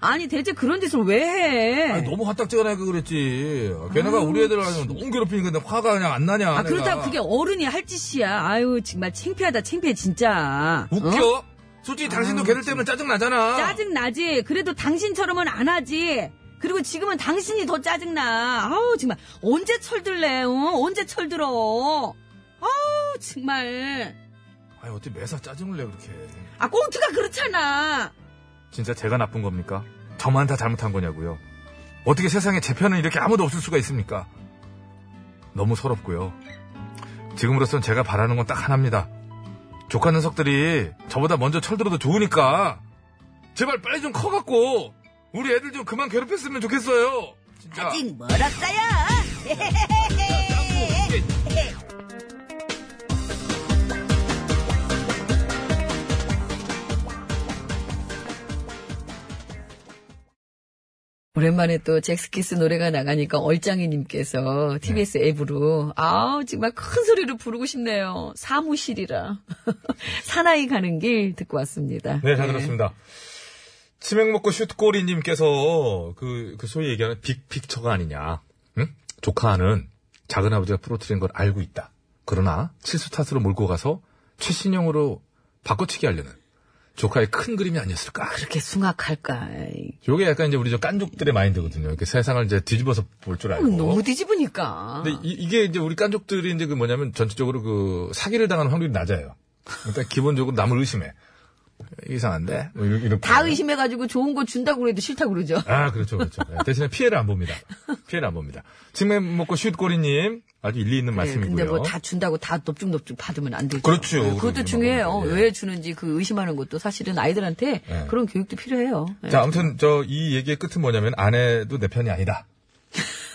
B: 아니 대체 그런 짓을 왜 해?
A: 아니, 너무 화딱지근하게 그랬지 걔네가 우리 애들 아니면 너무 괴롭히니까 근데 화가 그냥 안 나냐
B: 아,
A: 아내가.
B: 그렇다고 그게 어른이 할 짓이야. 아유, 정말 창피하다, 창피해, 진짜. 어?
F: 웃겨? 솔직히 당신도 걔들 때문에 짜증나잖아.
B: 짜증나지. 그래도 당신처럼은 안 하지. 그리고 지금은 당신이 더 짜증나. 아우, 정말. 언제 철들래, 어? 언제 철들어. 아우, 정말.
A: 아니 어떻게 매사 짜증을 내 그렇게
B: 아, 꽁트가 그렇잖아.
A: 진짜 제가 나쁜 겁니까? 저만 다 잘못한 거냐고요. 어떻게 세상에 제 편은 이렇게 아무도 없을 수가 있습니까? 너무 서럽고요. 지금으로선 제가 바라는 건 딱 하나입니다. 조카 녀석들이 저보다 먼저 철들어도 좋으니까 제발 빨리 좀 커갖고 우리 애들 좀 그만 괴롭혔으면 좋겠어요. 진짜.
M: 아직 멀었어요.
B: 오랜만에 또 잭스키스 노래가 나가니까 얼짱이님께서 TBS 앱으로 아우 정말 큰 소리로 부르고 싶네요. 사무실이라 사나이 가는 길 듣고 왔습니다.
A: 네, 잘 들었습니다. 치맥 먹고 슛꼬리님께서 그, 그 소위 얘기하는 빅픽처가 아니냐. 응? 조카는 작은 아버지가 부러뜨린 걸 알고 있다. 그러나 칠수 탓으로 몰고 가서 최신형으로 바꿔치기 하려는 조카의 큰 그림이 아니었을까.
B: 그렇게 숭악할까? 에이,
A: 요게 약간 이제 우리 저 깐족들의 마인드거든요. 이렇게 세상을 이제 뒤집어서 네. 볼 줄 알고.
B: 너무 뒤집으니까.
A: 근데 이, 게 이제 우리 깐족들이 이제 그 뭐냐면 전체적으로 그 사기를 당하는 확률이 낮아요. 일단 기본적으로 남을 의심해.
F: 이상한데?
A: 뭐 이렇게, 이렇게.
B: 다 의심해가지고 좋은 거 준다고 그래도 싫다고 그러죠.
A: 아, 그렇죠, 그렇죠. 예, 대신에 피해를 안 봅니다. 피해를 안 봅니다. 측면 먹고 슛꼬리님 아주 일리 있는
B: 네,
A: 말씀이고요.
B: 근데 뭐 다 준다고 다 높죽높죽 받으면 안 되죠.
A: 그렇죠.
B: 네,
A: 그러지
B: 그것도
A: 마.
B: 중요해요.
A: 예.
B: 왜 주는지 그 의심하는 것도 사실은 아이들한테
A: 예.
B: 그런 교육도 필요해요. 예.
A: 자, 아무튼 저 이 얘기의 끝은 뭐냐면 아내도 내 편이 아니다.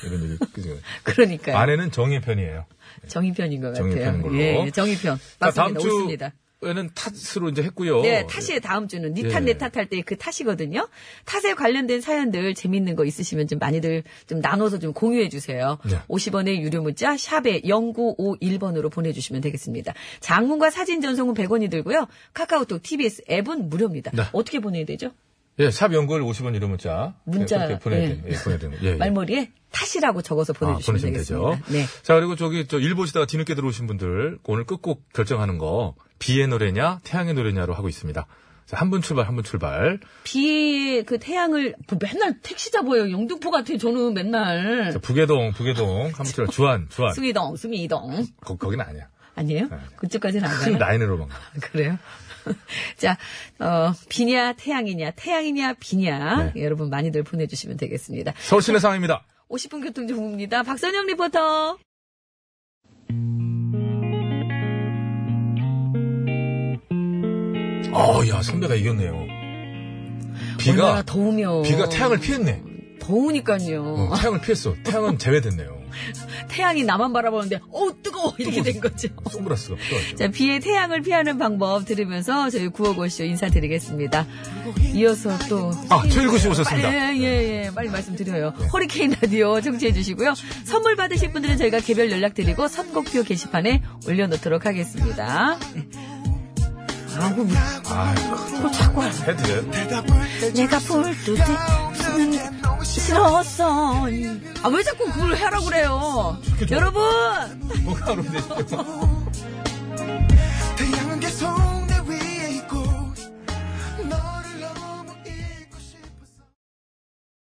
A: 이런 얘기. 그죠?
B: 그러니까요.
A: 아내는 정의 편이에요.
B: 정의편인 것
A: 정의
B: 같아요.
A: 편인 걸로.
B: 예, 예, 정의편.
A: 자,
B: 맞습니다.
A: 다음
B: 옳습니다.
A: 주에는 탓으로 이제 했고요.
B: 네, 탓이에요, 다음 주는. 니 탓,
A: 예.
B: 내 탓 할 때 그 탓이거든요. 탓에 관련된 사연들 재밌는 거 있으시면 좀 많이들 좀 나눠서 좀 공유해 주세요.
A: 네.
B: 50원의 유료 문자 샵에 0951번으로 보내주시면 되겠습니다. 장문과 사진 전송은 100원이 들고요. 카카오톡, TBS 앱은 무료입니다.
A: 네.
B: 어떻게 보내야 되죠?
A: 예, 샵 연결 50원 이런 문자.
B: 문자,
A: 예, 그렇게 보내야
B: 예.
A: 되는, 예, 보내야 되는. 거. 예, 예.
B: 말머리에 탓이라고 적어서 보내주시면
A: 아, 보내시면 되죠.
B: 되겠습니다. 네.
A: 자, 그리고 저기 저 일 보시다가 뒤늦게 들어오신 분들 오늘 끝곡 결정하는 거 비의 노래냐 태양의 노래냐로 하고 있습니다. 자, 한 분 출발, 한 분 출발.
B: 비의 그 태양을 뭐 맨날 택시자 보여요. 영등포 같아요. 저는 맨날.
A: 자, 부계동, 부계동, 한 분 출발. 주한, 주한.
B: 수미동, 수미동.
A: 거, 거긴 아니야.
B: 아니에요? 그쪽까지는 안
A: 큰
B: 가요.
A: 라인으로만 가.
B: 그래요? 자, 어, 비냐, 태양이냐, 태양이냐, 비냐. 여러분 많이들 보내주시면 되겠습니다.
A: 서울 시내 상황입니다.
B: 50분 교통정보입니다. 박선영 리포터.
A: 어, 야, 선배가 이겼네요.
B: 얼마나
A: 비가,
B: 더우면.
A: 비가 태양을 피했네.
B: 더우니까요.
A: 어, 태양을 피했어. 태양은 제외됐네요.
B: 태양이 나만 바라보는데, 어우, 뜨거워! 이렇게 된 거죠.
A: 동그라스가 필요하죠.
B: 자, 비의 태양을 피하는 방법 들으면서 저희 구호고쇼 인사드리겠습니다. 이어서 또.
A: 아, 최일구 씨 오셨습니다.
B: 예, 예, 예. 빨리 말씀드려요. 허리케인 라디오 청취해주시고요. 선물 받으실 분들은 저희가 개별 연락드리고 선곡표 게시판에 올려놓도록 하겠습니다. 네. 아이고, 뭐,
A: 아,
B: 뭘 자꾸 하세요.
A: 헤드.
B: 내가 볼때 싫었어. 아, 왜 자꾸 그걸 하라고 그래요? 여러분!
A: 뭐가 하루 되시죠?